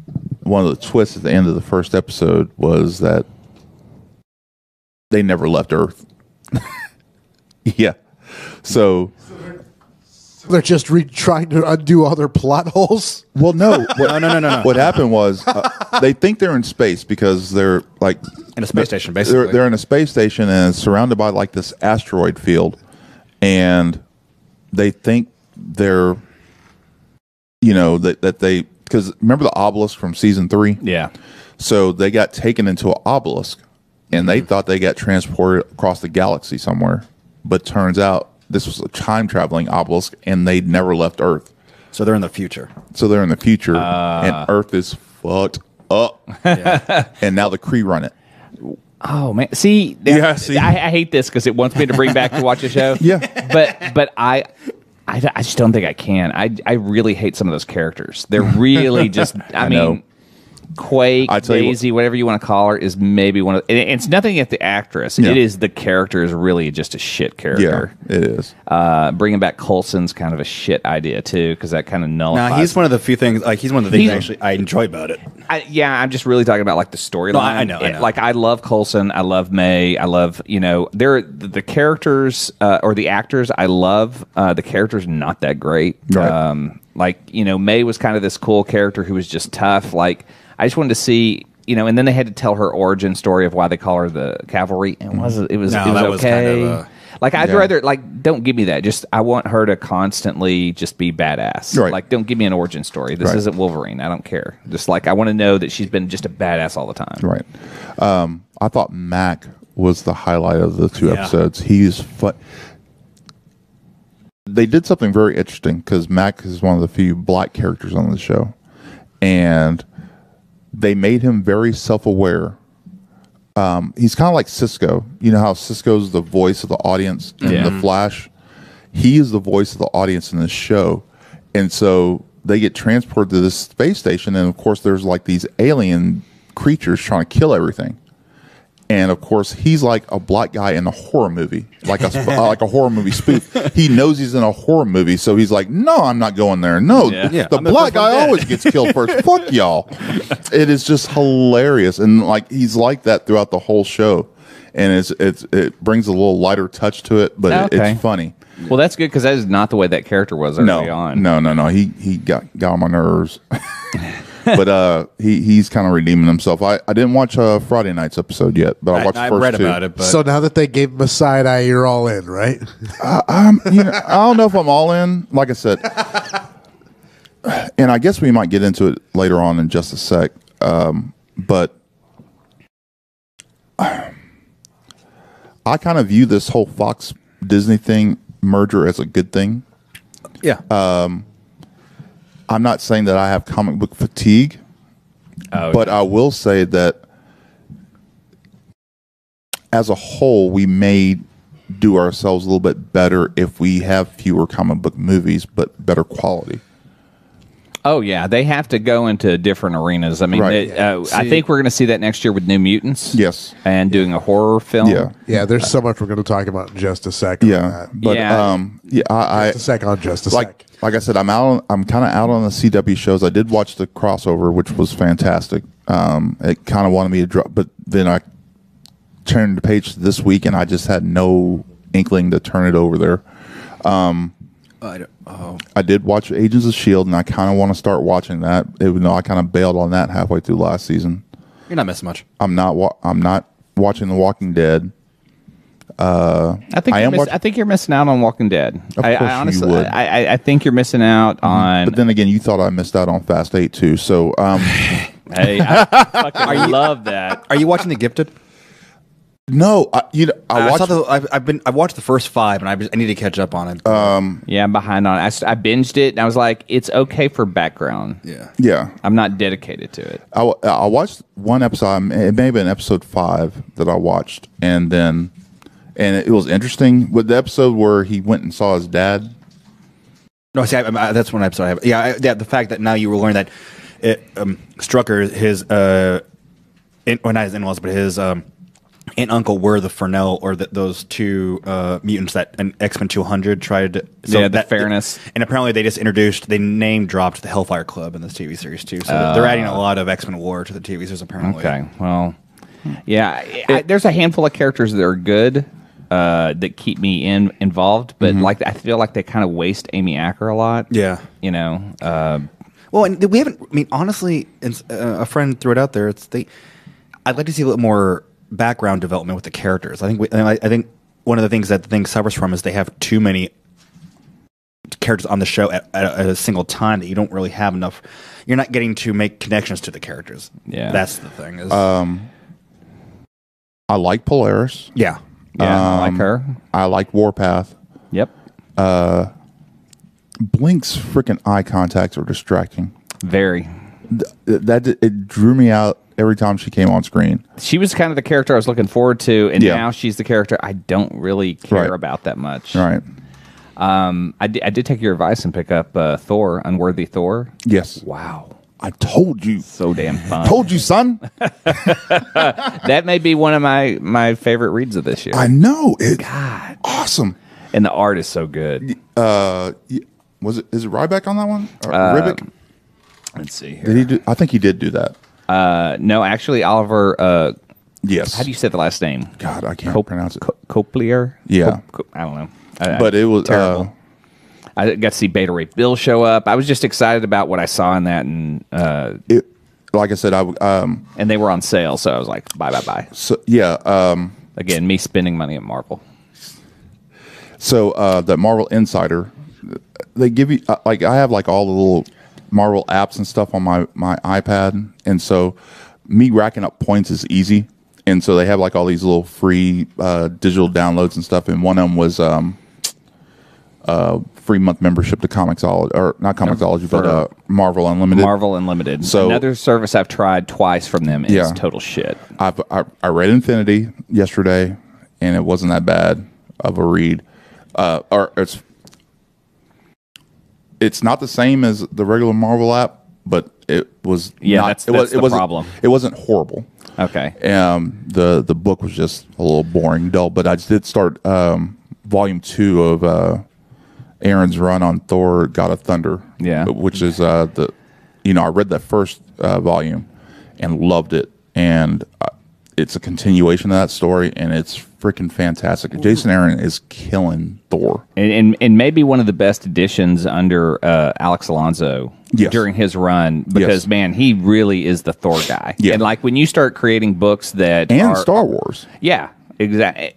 one of the twists at the end of the first episode was that they never left Earth. yeah. So,
They're just re- trying to undo all their plot holes.
well, no. What,
no, no, no, no.
What happened was uh, they think they're in space because they're like
in a space station, basically.
they're, they're in a space station and it's surrounded by like this asteroid field and they think they're you know that, that they because remember the obelisk from season three
Yeah.
so they got taken into an obelisk and
Mm-hmm.
they thought they got transported across the galaxy somewhere but turns out this was a time traveling obelisk and they'd never left earth
so they're in the future.
so they're in the future and earth is fucked up and now the cree run it
Oh man, see, that-
Yeah, see?
I, I hate this because it wants me to bring back to watch a show.
Yeah.
but but I, I, I just don't think I can. I I really hate some of those characters. They're really just. I, mean,
know.
Quake,
I tell you what-
Daisy, whatever you want to call her, is maybe one of. And it's nothing at the actress.
Yeah.
It is the character is really just a shit
yeah
character.
it is
Uh, bringing back Colson's kind of a shit idea too, because that kind of nullifies.
Now he's one of the few things. Like he's one of the things
He's-
actually I enjoy about it.
I, yeah, I'm just really talking about like the storyline.
No, I- I know, I
It-
know.
Like I love Colson. I love May. I love you know they're the, the characters uh, or the actors. I love uh, the characters. Not that great.
Right.
Um, like you know May was kind of this cool character who was just tough. Like I just wanted to see. You know, and then they had to tell her origin story of why they call her the cavalry, and was it was
Mm-hmm. No,
it was
that was kind
okay.
of uh, a-
like I'd
Yeah.
rather like don't give me that. Just I want her to constantly just be badass.
Right.
Like don't give me an origin story. This
Right.
isn't Wolverine. I don't care. Just like I want to know that she's been just a badass all the time.
Right. Um, I thought Mac was the highlight of the two
Yeah.
episodes. He's fun. They did something very interesting because Mac is one of the few black characters on the show, and they made him very self-aware. Um, he's kind of like Cisco. You know how Cisco's the voice of the audience in
Yeah.
The Flash. He is the voice of the audience in this show, and so they get transported to this space station, and of course, there's like these alien creatures trying to kill everything and of course he's like a black guy in a horror movie like a uh, like a horror movie spoof he knows he's in a horror movie so he's like no i'm not going there no
Yeah.
th-
Yeah,
the
I'm the
black
first one
guy
dead."
always gets killed first fuck y'all it is just hilarious and like he's like that throughout the whole show and it's it's it brings a little lighter touch to it but it,
Okay.
it's funny
Well, that's good because that is not the way that character was early
no
on.
no no no he he got got on my nerves but uh he he's kind of redeeming himself i i didn't watch uh friday night's episode yet but i, watched the
I, I've
first
read
two.
about it, but
so now that they gave him a side eye, you're all in, right?
Um, you know, I don't know if I'm all in. Like I said, and I guess we might get into it later on in just a sec. Um, but I kind of view this whole Fox Disney thing merger as a good thing.
yeah,
uh, I'm not saying that I have comic book fatigue, but I will say that as a whole, we may do ourselves a little bit better if we have fewer comic book movies, but better quality.
Oh yeah, they have to go into different arenas. I mean,
Right.
they- uh, I think we're going to see that next year with New Mutants.
Yes.
and doing a horror film.
Yeah,
Yeah, there's so much we're going to talk about in just a second. on
yeah,
that.
but
Yeah.
um, yeah, I, I
Uh, just a second on just a
like
sec.
like I said, I'm out. on- I'm kind of out on the CW shows. I did watch the crossover, which was fantastic. Um, it kind of wanted me to drop, but then I turned the page this week, and I just had no inkling to turn it over there.
I don't- oh,
I did watch Agents of Shield, and I kind of want to start watching that. Even though I kind of bailed on that halfway through last season,
you're not missing much.
I'm not. Wa- I'm not watching The Walking Dead.
I think
I
you're
am
miss-
watch-
I think you're missing out on Walking Dead.
Of
I,
course
I
you
honestly,
would.
I, I, I think you're missing out on.
But then again, you thought I missed out on Fast Eight too. So um,
hey, I fucking love that.
Are you watching The Gifted?
no, I, you know, I,
I,
watched.
saw the. I've, I've been. I watched the first five, and I, just- I need to catch up on
Uh,
it.
Yeah, I'm behind on it. I s- I, binged it and I was like, it's okay for background.
yeah.
yeah,
I'm not dedicated to it.
I, w- I watched one episode. um, It may have been episode five that I watched, and then and it was interesting with the episode where he went and saw his dad.
No, see, I, I, that's one episode I have. Yeah, I, yeah, the fact that now you were learning that it, um, Strucker, his, uh, in, well, not his in-laws, but his um, aunt and uncle were the Fernell or the, those two uh, mutants that an X-Men 200 tried to...
Yeah, the fairness.
And apparently they just introduced, they name-dropped the Hellfire Club in this TV series, too. So they're adding a lot of X-Men lore to the TV series, apparently.
Uh. Okay. Well,
hmm.
yeah. I, I, there's a handful of characters that are good uh, that keep me in involved, but
Mm-hmm.
like I feel like they kind of waste Amy Acker a lot.
Yeah.
You know. Um
Well, and we haven't. I mean, honestly, and uh, a friend threw it out there. It's they. I'd like to see a little more background development with the characters. I think. We, and I, I think one of the things that the thing suffers from is they have too many characters on the show at, at, a, at a single time that you don't really have enough. You're not getting to make connections to the characters.
Yeah.
that's the thing. Is,
I like Polaris.
yeah,
yeah, I like
Um,
her.
I like Warpath.
Yep.
Blink's freaking eye contacts are distracting.
Very.
Th- That it drew me out every time she came on screen.
She was kind of the character I was looking forward to, and
Yeah.
now she's the character I don't really care
Right.
about that much.
All right.
Um, I, di- I did take your advice and pick up uh, Thor, Unworthy Thor.
Yes.
Wow.
I told you.
So damn fun.
Told you, son.
that may be one of my, my favorite reads of this year.
I know. It, God. Awesome.
and the art is so good.
Uh, y- was it? Is it Ryback on that one? Or Ribic?
Um, Let's see
Did
here.
he do? I think he did do that.
Uh, no, actually, Oliver. Uh,
Yes.
how do you say the last name?
God, I can't
Cop-
pronounce it.
Co- Coplier.
Yeah.
Cop- Cop- I don't know. I- I-
but it was uh,
terrible. I got to see Beta Ray Bill show up. I was just excited about what I saw in that, and uh,
it. Like I said, I w- um.
and they were on sale, so I was like, bye bye bye.
So yeah. Um.
Again, me spending money at Marvel.
So uh, the Marvel Insider, they give you uh, like I have like all the little Marvel apps and stuff on my my iPad, and so me racking up points is easy. And so they have like all these little free uh, digital downloads and stuff. And one of them was um, uh, free month membership to Comixology, or not Comixology, but
For-
uh, Marvel Unlimited.
Marvel Unlimited.
So-
another service I've tried twice from them is
Yeah.
total shit.
I've, I, I read Infinity yesterday, and it wasn't that bad of a read. Uh, or it's it's not the same as the regular Marvel app, but it was
Yeah,
not,
that's-
it
that's the
wasn't-
problem.
It wasn't horrible.
Okay.
Um, the the book was just a little boring, dull. But I did start um, volume two of uh, Aaron's run on Thor: God of Thunder.
Yeah.
which is uh, the you know I read that first uh, volume and loved it, and uh, it's a continuation of that story, and it's freaking fantastic. Jason Aaron is killing Thor.
and, and and maybe one of the best additions under uh, Alex Alonso
Yes.
during his run because
Yes.
man, he really is the Thor guy.
Yeah.
And like when you start creating books that
and
are,
Star Wars.
yeah, exactly,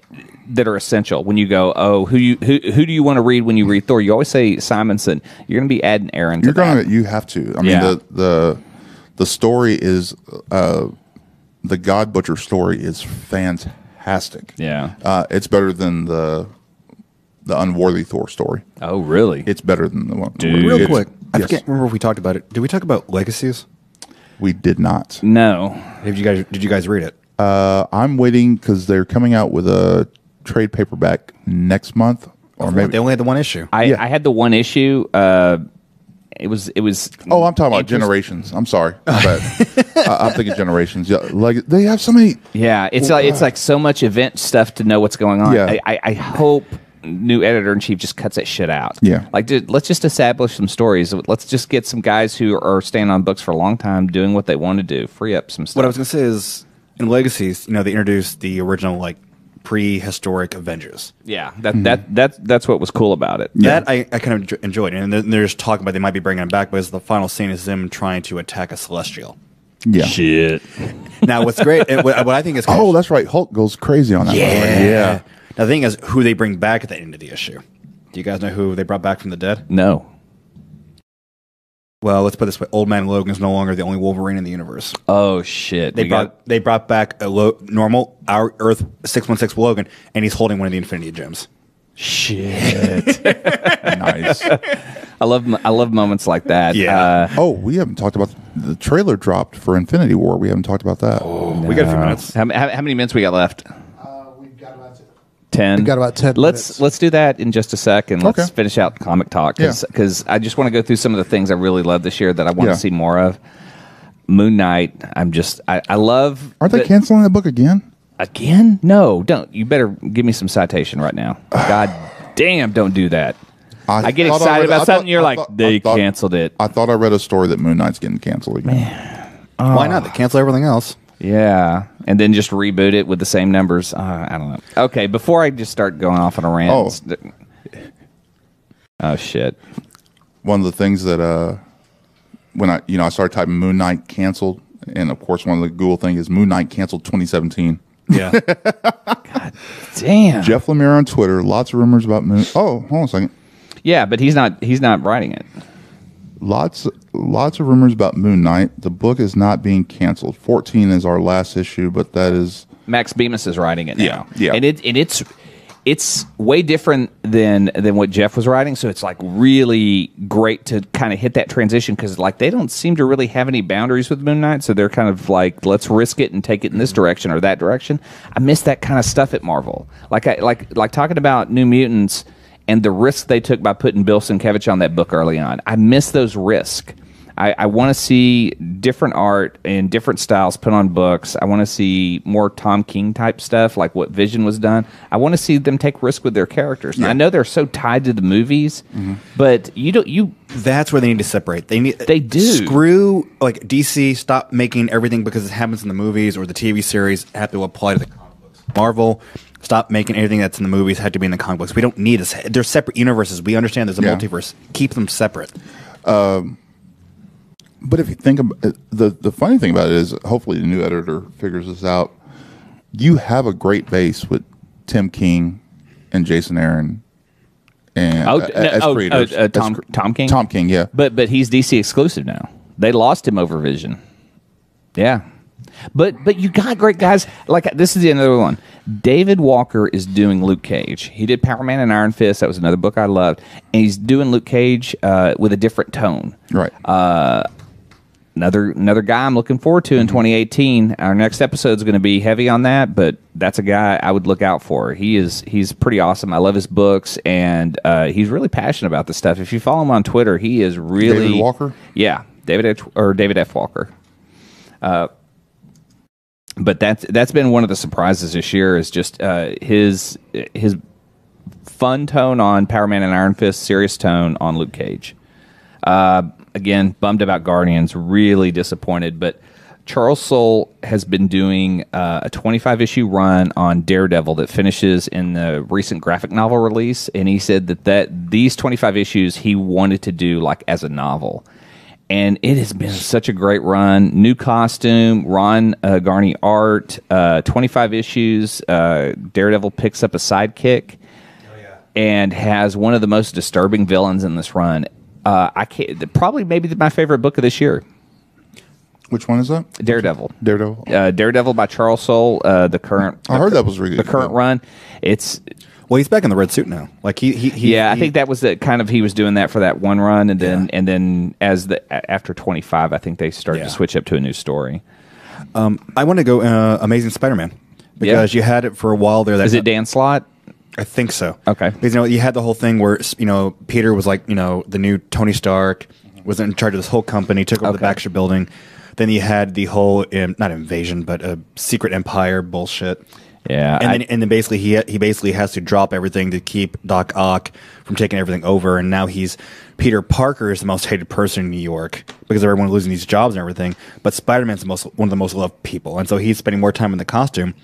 that are essential. When you go, oh, who you who who do you want to read when you read Thor? You always say Simonson. You're going to be adding Aaron. To
You're
that.
gonna you have to. I mean
Yeah.
the the the story is uh the God Butcher story is fantastic.
Yeah.
Uh it's better than the the unworthy Thor story.
Oh, really?
It's better than the one.
Dude.
real
It's-
quick. I
yes,
can't remember if we talked about it. Did we talk about legacies?
we did not.
no.
Did you guys? Did you guys read it?
Uh, I'm waiting because they're coming out with a trade paperback next month, or
they
maybe.
only had the one issue.
I,
Yeah.
I had the one issue. Uh, it was it was.
Oh, I'm talking about
Interest-
generations. I'm sorry, My bad. I, I'm thinking generations. Yeah, like they have so many.
Yeah, it's like it's like so much event stuff to know what's going on.
Yeah.
I, I, I hope new editor in chief just cuts that shit out.
Yeah.
like dude, let's just establish some stories. Let's just get some guys who are staying on books for a long time doing what they want to do. Free up some stuff.
What I was gonna say is in Legacies, you know, they introduced the original like prehistoric Avengers.
yeah, that
Mm-hmm.
that that that's what was cool about it.
That I, I kind of enjo- enjoyed, and then they're just talking about they might be bringing him back because the final scene is them trying to attack a celestial.
Yeah.
Shit.
Now, what's great, it, what, what I think is
Oh, that's right. Hulk goes crazy on that. one.
yeah.
yeah.
Now, the thing is, who they bring back at the end of the issue? Do you guys know who they brought back from the dead?
No.
Well, let's put it this way: Old Man Logan is no longer the only Wolverine in the universe.
Oh shit.
They
We
brought
got-
they brought back a lo- normal our Earth six one six Logan, and he's holding one of the Infinity Gems.
shit.
nice.
I love mo- I love moments like that.
Yeah.
Uh,
Oh, we haven't talked about the trailer dropped for Infinity War. We haven't talked about that.
We got a few minutes.
how, how, how many minutes we got left?
Uh, We've got about to.
ten.
We've got about 10
Let's
minutes.
let's do that in just a sec, and let's
Okay.
finish out comic talk because
Yeah.
I just want to go through some of the things I really love this year that I want
Yeah.
to see more of. Moon Knight. I'm just I, I love.
Aren't they
that-
canceling that book again?
again? No, don't. You better give me some citation right now. God damn, don't do that. I, get
thought
excited
read-
about
I
something.
thought-
you're
I
like,
thought- I
they
thought-
canceled it.
I thought I read a story that Moon Knight's getting canceled again.
Why not? They cancel everything else.
Yeah, and then just reboot it with the same numbers. Uh, I don't know. Okay, before I just start going off on a rant.
Oh.
st- oh shit.
One of the things that uh, when I you know I started typing Moon Knight canceled, and of course one of the Google thing is Moon Knight canceled 2017.
Yeah.
Damn.
Jeff Lemire on Twitter, lots of rumors about Moon. Oh, hold on a second.
Yeah, but he's not. He's not writing it.
Lots, lots of rumors about Moon Knight. The book is not being canceled. 14 is our last issue, but that is
Max Bemis is writing it now.
Yeah, yeah.
And it and it's it's way different than than what Jeff was writing. So it's like really great to kind of hit that transition because like they don't seem to really have any boundaries with Moon Knight. So they're kind of like let's risk it and take it in this
Mm-hmm.
direction or that direction. I miss that kind of stuff at Marvel. Like I like like talking about New Mutants and the risk they took by putting Bill Sienkiewicz on that book early on. I miss those risks. I, I want to see different art and different styles put on books. I want to see more Tom King type stuff, like what Vision was done. I want to see them take risk with their characters. And I know they're so tied to the movies, but you don't you
That's where they need to separate. They need
They do.
screw like DC. Stop making everything because it happens in the movies or the TV series have to apply to the comic books. Marvel, stop making anything that's in the movies had to be in the comic books. We don't need this. They're separate universes. We understand there's a
Yeah.
multiverse. Keep them separate.
But if you think about it, the the funny thing about it is, hopefully the new editor figures this out. You have a great base with Tim King and Jason Aaron, and
oh,
uh,
no,
as
oh,
creators,
oh, uh,
as
Tom
cr-
Tom King
Tom King, yeah.
But but he's DC exclusive now. They lost him over Vision. Yeah. But but you got great guys. Like this is the another one. David Walker is doing Luke Cage. He did Power Man and Iron Fist. That was another book I loved. And he's doing Luke Cage uh, with a different tone
right.
uh, another another guy I'm looking forward
Mm-hmm.
to in 2018. Our next episode is going to be heavy on that, but that's a guy I would look out for. He is he's pretty awesome. I love his books, and uh, he's really passionate about this stuff. If you follow him on Twitter, he is really
David Walker?
Yeah, David H, or David F Walker. Uh, but that's that's been one of the surprises this year is just uh, his his fun tone on Power Man and Iron Fist, serious tone on Luke Cage again, bummed about Guardians, really disappointed. But Charles Soule has been doing uh, a 25 issue run on Daredevil that finishes in the recent graphic novel release, and he said that that these 25 issues he wanted to do like as a novel. And it has been such a great run. New costume, Ron uh, Garney art, uh, 25 issues. Uh, Daredevil picks up a sidekick and has one of the most disturbing villains in this run. Uh, I can't, th- probably maybe my favorite book of this year,
Which one is that?
Daredevil.
Daredevil.
Uh, Daredevil by Charles Soule, uh, the current.
I heard that was really
the current
yeah.
run. It's
Well, he's back in the red suit now. Like he, he, he
yeah, I
he-
think that was the kind of he was doing that for that one run, and then and then as the a- after twenty five, I think they started
Yeah.
to switch up to a new story.
I want to go uh, Amazing Spider-Man because you had it for a while there. That
Is it Dan Slott?
I think so.
Okay.
Because, you know, you had the whole thing where, you know, Peter was like, you know, the new Tony Stark, was in charge of this whole company, took over the Baxter building. Then you had the whole, um, not invasion, but a secret empire bullshit.
Yeah,
And
I-
then, and then basically he he basically has to drop everything to keep Doc Ock from taking everything over, and now he's Peter Parker is the most hated person in New York because everyone's losing these jobs and everything. But Spider Man's the most one of the most loved people, and so he's spending more time in the costume.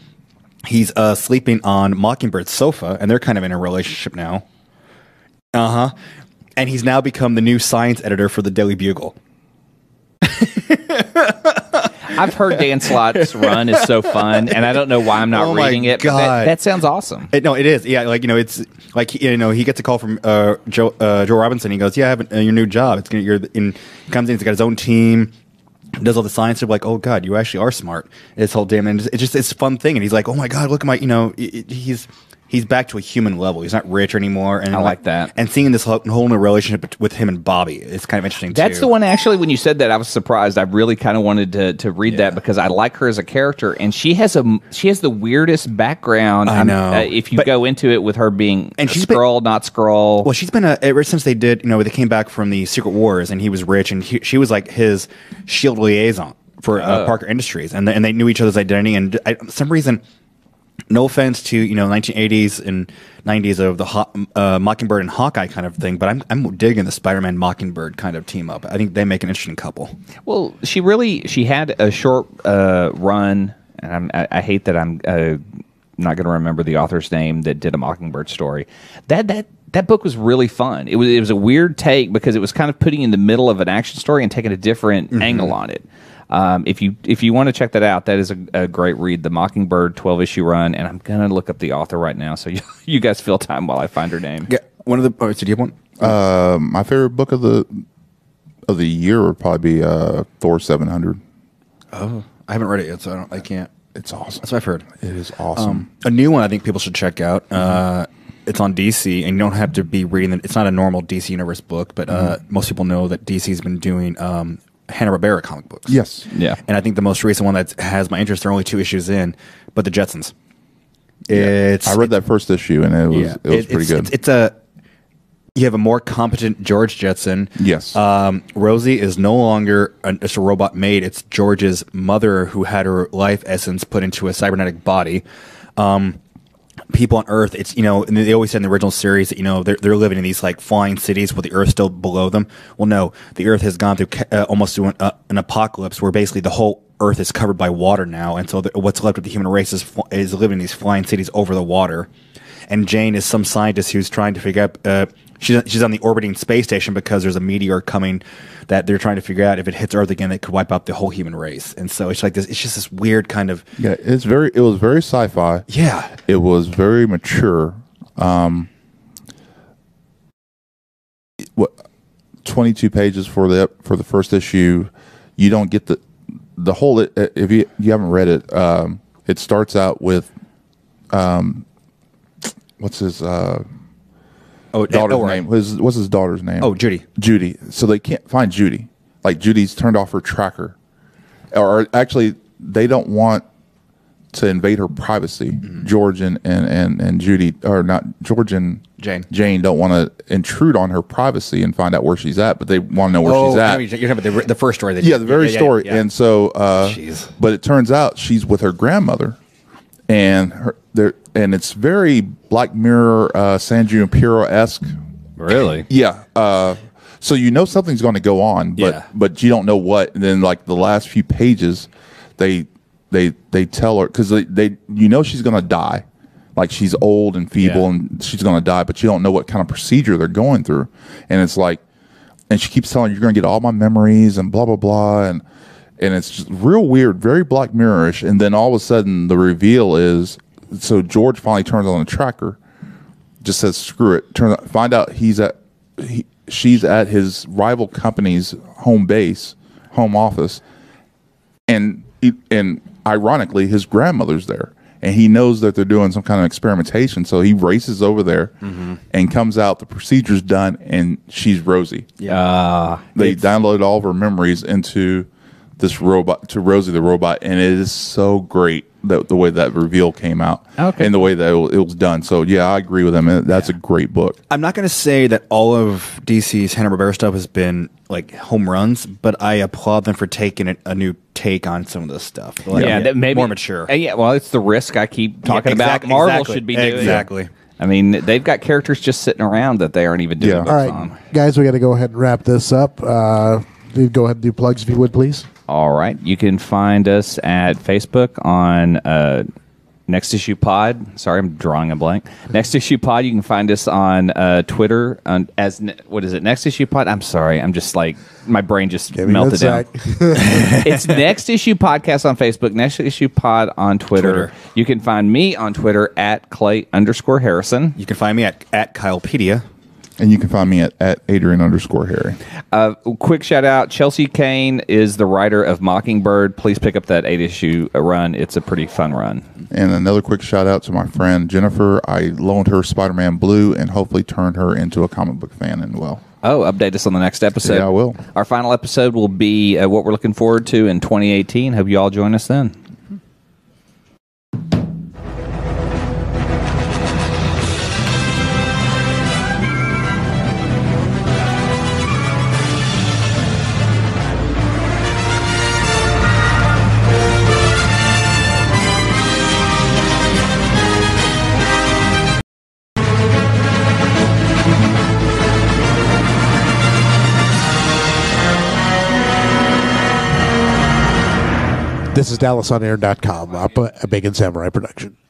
He's uh, sleeping on Mockingbird's sofa, and they're kind of in a relationship now. Uh huh. And he's now become the new science editor for the Daily Bugle.
I've heard Dan Slott's run is so fun, and I don't know why I'm not
Oh my
reading it. but that-
God.
that sounds awesome.
It, no, it is. Yeah, like you know, it's like you know, he gets a call from uh, Joe uh, Joe Robinson. He goes, "Yeah, I have uh, your new job. It's gonna, you're in." He comes in. He's got his own team. Does all the science stuff. Like, oh god, you actually are smart. It's whole damn. And it's just it's a fun thing. And he's like, oh my god, look at my. You know, it, it- he's he's back to a human level. He's not rich anymore. And
I like that.
And seeing this whole, whole new relationship bet- with him and Bobby, it's kind of interesting.
That's
too.
the one. Actually, when you said that, I was surprised. I really kind of wanted to, to read that because I like her as a character, and she has a she has the weirdest background.
I
I'm-
know.
uh, if you
But-
go into it with her being
And
and
she's been-
scroll, not scroll.
Well, she's been a ever since they did. You know, they came back from the Secret Wars, and he was rich, and he, she was like his shield liaison for uh, Parker Industries, and they- and they knew each other's identity. And I, for some reason, no offense to you know 1980s and 90s of the Haw- uh, Mockingbird and Hawkeye kind of thing, but I'm I'm digging the Spider-Man Mockingbird kind of team up. I think they make an interesting couple.
Well, she really she had a short uh, run, and I'm, I, I hate that I'm uh, not going to remember the author's name that did a Mockingbird story. That that that book was really fun. It was it was a weird take because it was kind of putting in the middle of an action story and taking a different angle on it. Um, if you if you want to check that out, that is a, a great read. The Mockingbird twelve issue run, and I'm gonna look up the author right now, so you, you guys fill time while I find her name.
Yeah, one of the. Oh, so do you have one?
Um, my favorite book of the of the year would probably be uh, Thor seven hundred.
I haven't read it yet, so I don't. I can't.
It's awesome.
That's what I've heard. Um,
It is awesome.
a new one I think people should check out. Uh, it's on DC, and you don't have to be reading it. It's not a normal DC Universe book, but uh,
Mm-hmm.
most people know that DC's been doing um, Hanna Barbera comic books.
yes.
Yeah.
and I think the most recent one that has my interest. There are only two issues in, but the Jetsons. It's
I read that first issue and it was it was pretty
it's,
good.
It's, it's a you have a more competent George Jetson.
Yes.
uh,
Um, Rosie is no longer an, just a robot maid. It's George's mother who had her life essence put into a cybernetic body. Um, people on Earth, it's you know, and they always said in the original series that you know they're they're living in these like flying cities with the Earth still below them. Well, no, the Earth has gone through ca- uh, almost to an, uh, an apocalypse where basically the whole Earth is covered by water now, and so the, what's left of the human race is fl- is living in these flying cities over the water. And Jane is some scientist who's trying to figure out. Uh, she's she's on the orbiting space station because there's a meteor coming that they're trying to figure out if it hits Earth again, it could wipe out the whole human race. And so it's like this. It's just this weird kind of
yeah, it's very it was very sci-fi.
yeah.
It was very mature. Um what 22 pages for the for the first issue. You don't get the the whole if you you haven't read it um it starts out with um what's his uh
Oh,
daughter's
oh,
name. His, what's his daughter's name?
Oh, Judy.
Judy. So they can't find Judy. Like Judy's turned off her tracker, or actually, they don't want to invade her privacy.
Mm-hmm.
George and, and and and Judy, or not George and
Jane.
Jane don't want to intrude on her privacy and find out where she's at, but they want to know where she's
Oh, I
at.
know what You're you're talking about the, the first story. That
Yeah, the very story. And so, uh,
Jeez.
but it turns out she's with her grandmother, and her there, and it's very Black Mirror, uh, San Junipero esque.
Really?
Yeah. Uh, so you know something's going to go on, but
Yeah.
but you don't know what. And then like the last few pages, they they they tell her because they, they you know she's going to die, like she's old and feeble
Yeah.
and she's going to die, but you don't know what kind of procedure they're going through, and it's like, and she keeps telling you, you're going to get all my memories and blah blah blah and. And it's just real weird, very Black Mirror-ish. And then all of a sudden, the reveal is so George finally turns on the tracker, just says screw it. Turn find out he's at he, she's at his rival company's home base, home office, and he- and ironically his grandmother's there, and he knows that they're doing some kind of experimentation, so he races over there and comes out. The procedure's done, and she's Rosie. Yeah,
Uh,
they download all of her memories into this robot to Rosie the robot, and it is so great. That the way that reveal came out,
Okay.
and the way that it was, it was done. So yeah, I agree with him. and That's a great book.
I'm not going to say that all of DC's Hanna Barbera stuff has been like home runs, but I applaud them for taking it, a new take on some of this stuff. Like,
yeah, that maybe
more mature.
Uh, yeah, well, it's the risk I keep talking
Yeah, exact-
about. Marvel
exactly.
should be doing
Exactly.
I mean, they've got characters just sitting around that they aren't even doing.
Yeah.
books
All
All
on.
um,
right, guys, we got to go ahead and wrap this up. Uh, dude, go ahead and do plugs if you would, please.
All right. You can find us at Facebook on uh, Next Issue Pod. Sorry, I'm drawing a blank. Next Issue Pod. You can find us on uh, Twitter on, as ne- what is it? Next Issue Pod. I'm sorry. I'm just like my brain just
Give me
melted
that
down. it's Next Issue Podcast on Facebook. Next Issue Pod on Twitter.
Twitter.
You can find me on Twitter at Clay underscore Harrison.
You can find me at, at Kylepedia.
And you can find me at, at Adrian underscore Harry.
Uh, quick shout out Chelsea Kane is the writer of Mockingbird. Please pick up that eight issue uh, run. It's a pretty fun run.
And another quick shout out to my friend Jennifer. I loaned her Spider Man Blue and hopefully turned her into a comic book fan and well.
Oh, update us on the next episode.
Yeah, I will.
Our final episode will be uh, what we're looking forward to in 2018. Hope you all join us then.
This is DallasOnAir.com, a Bacon Samurai production.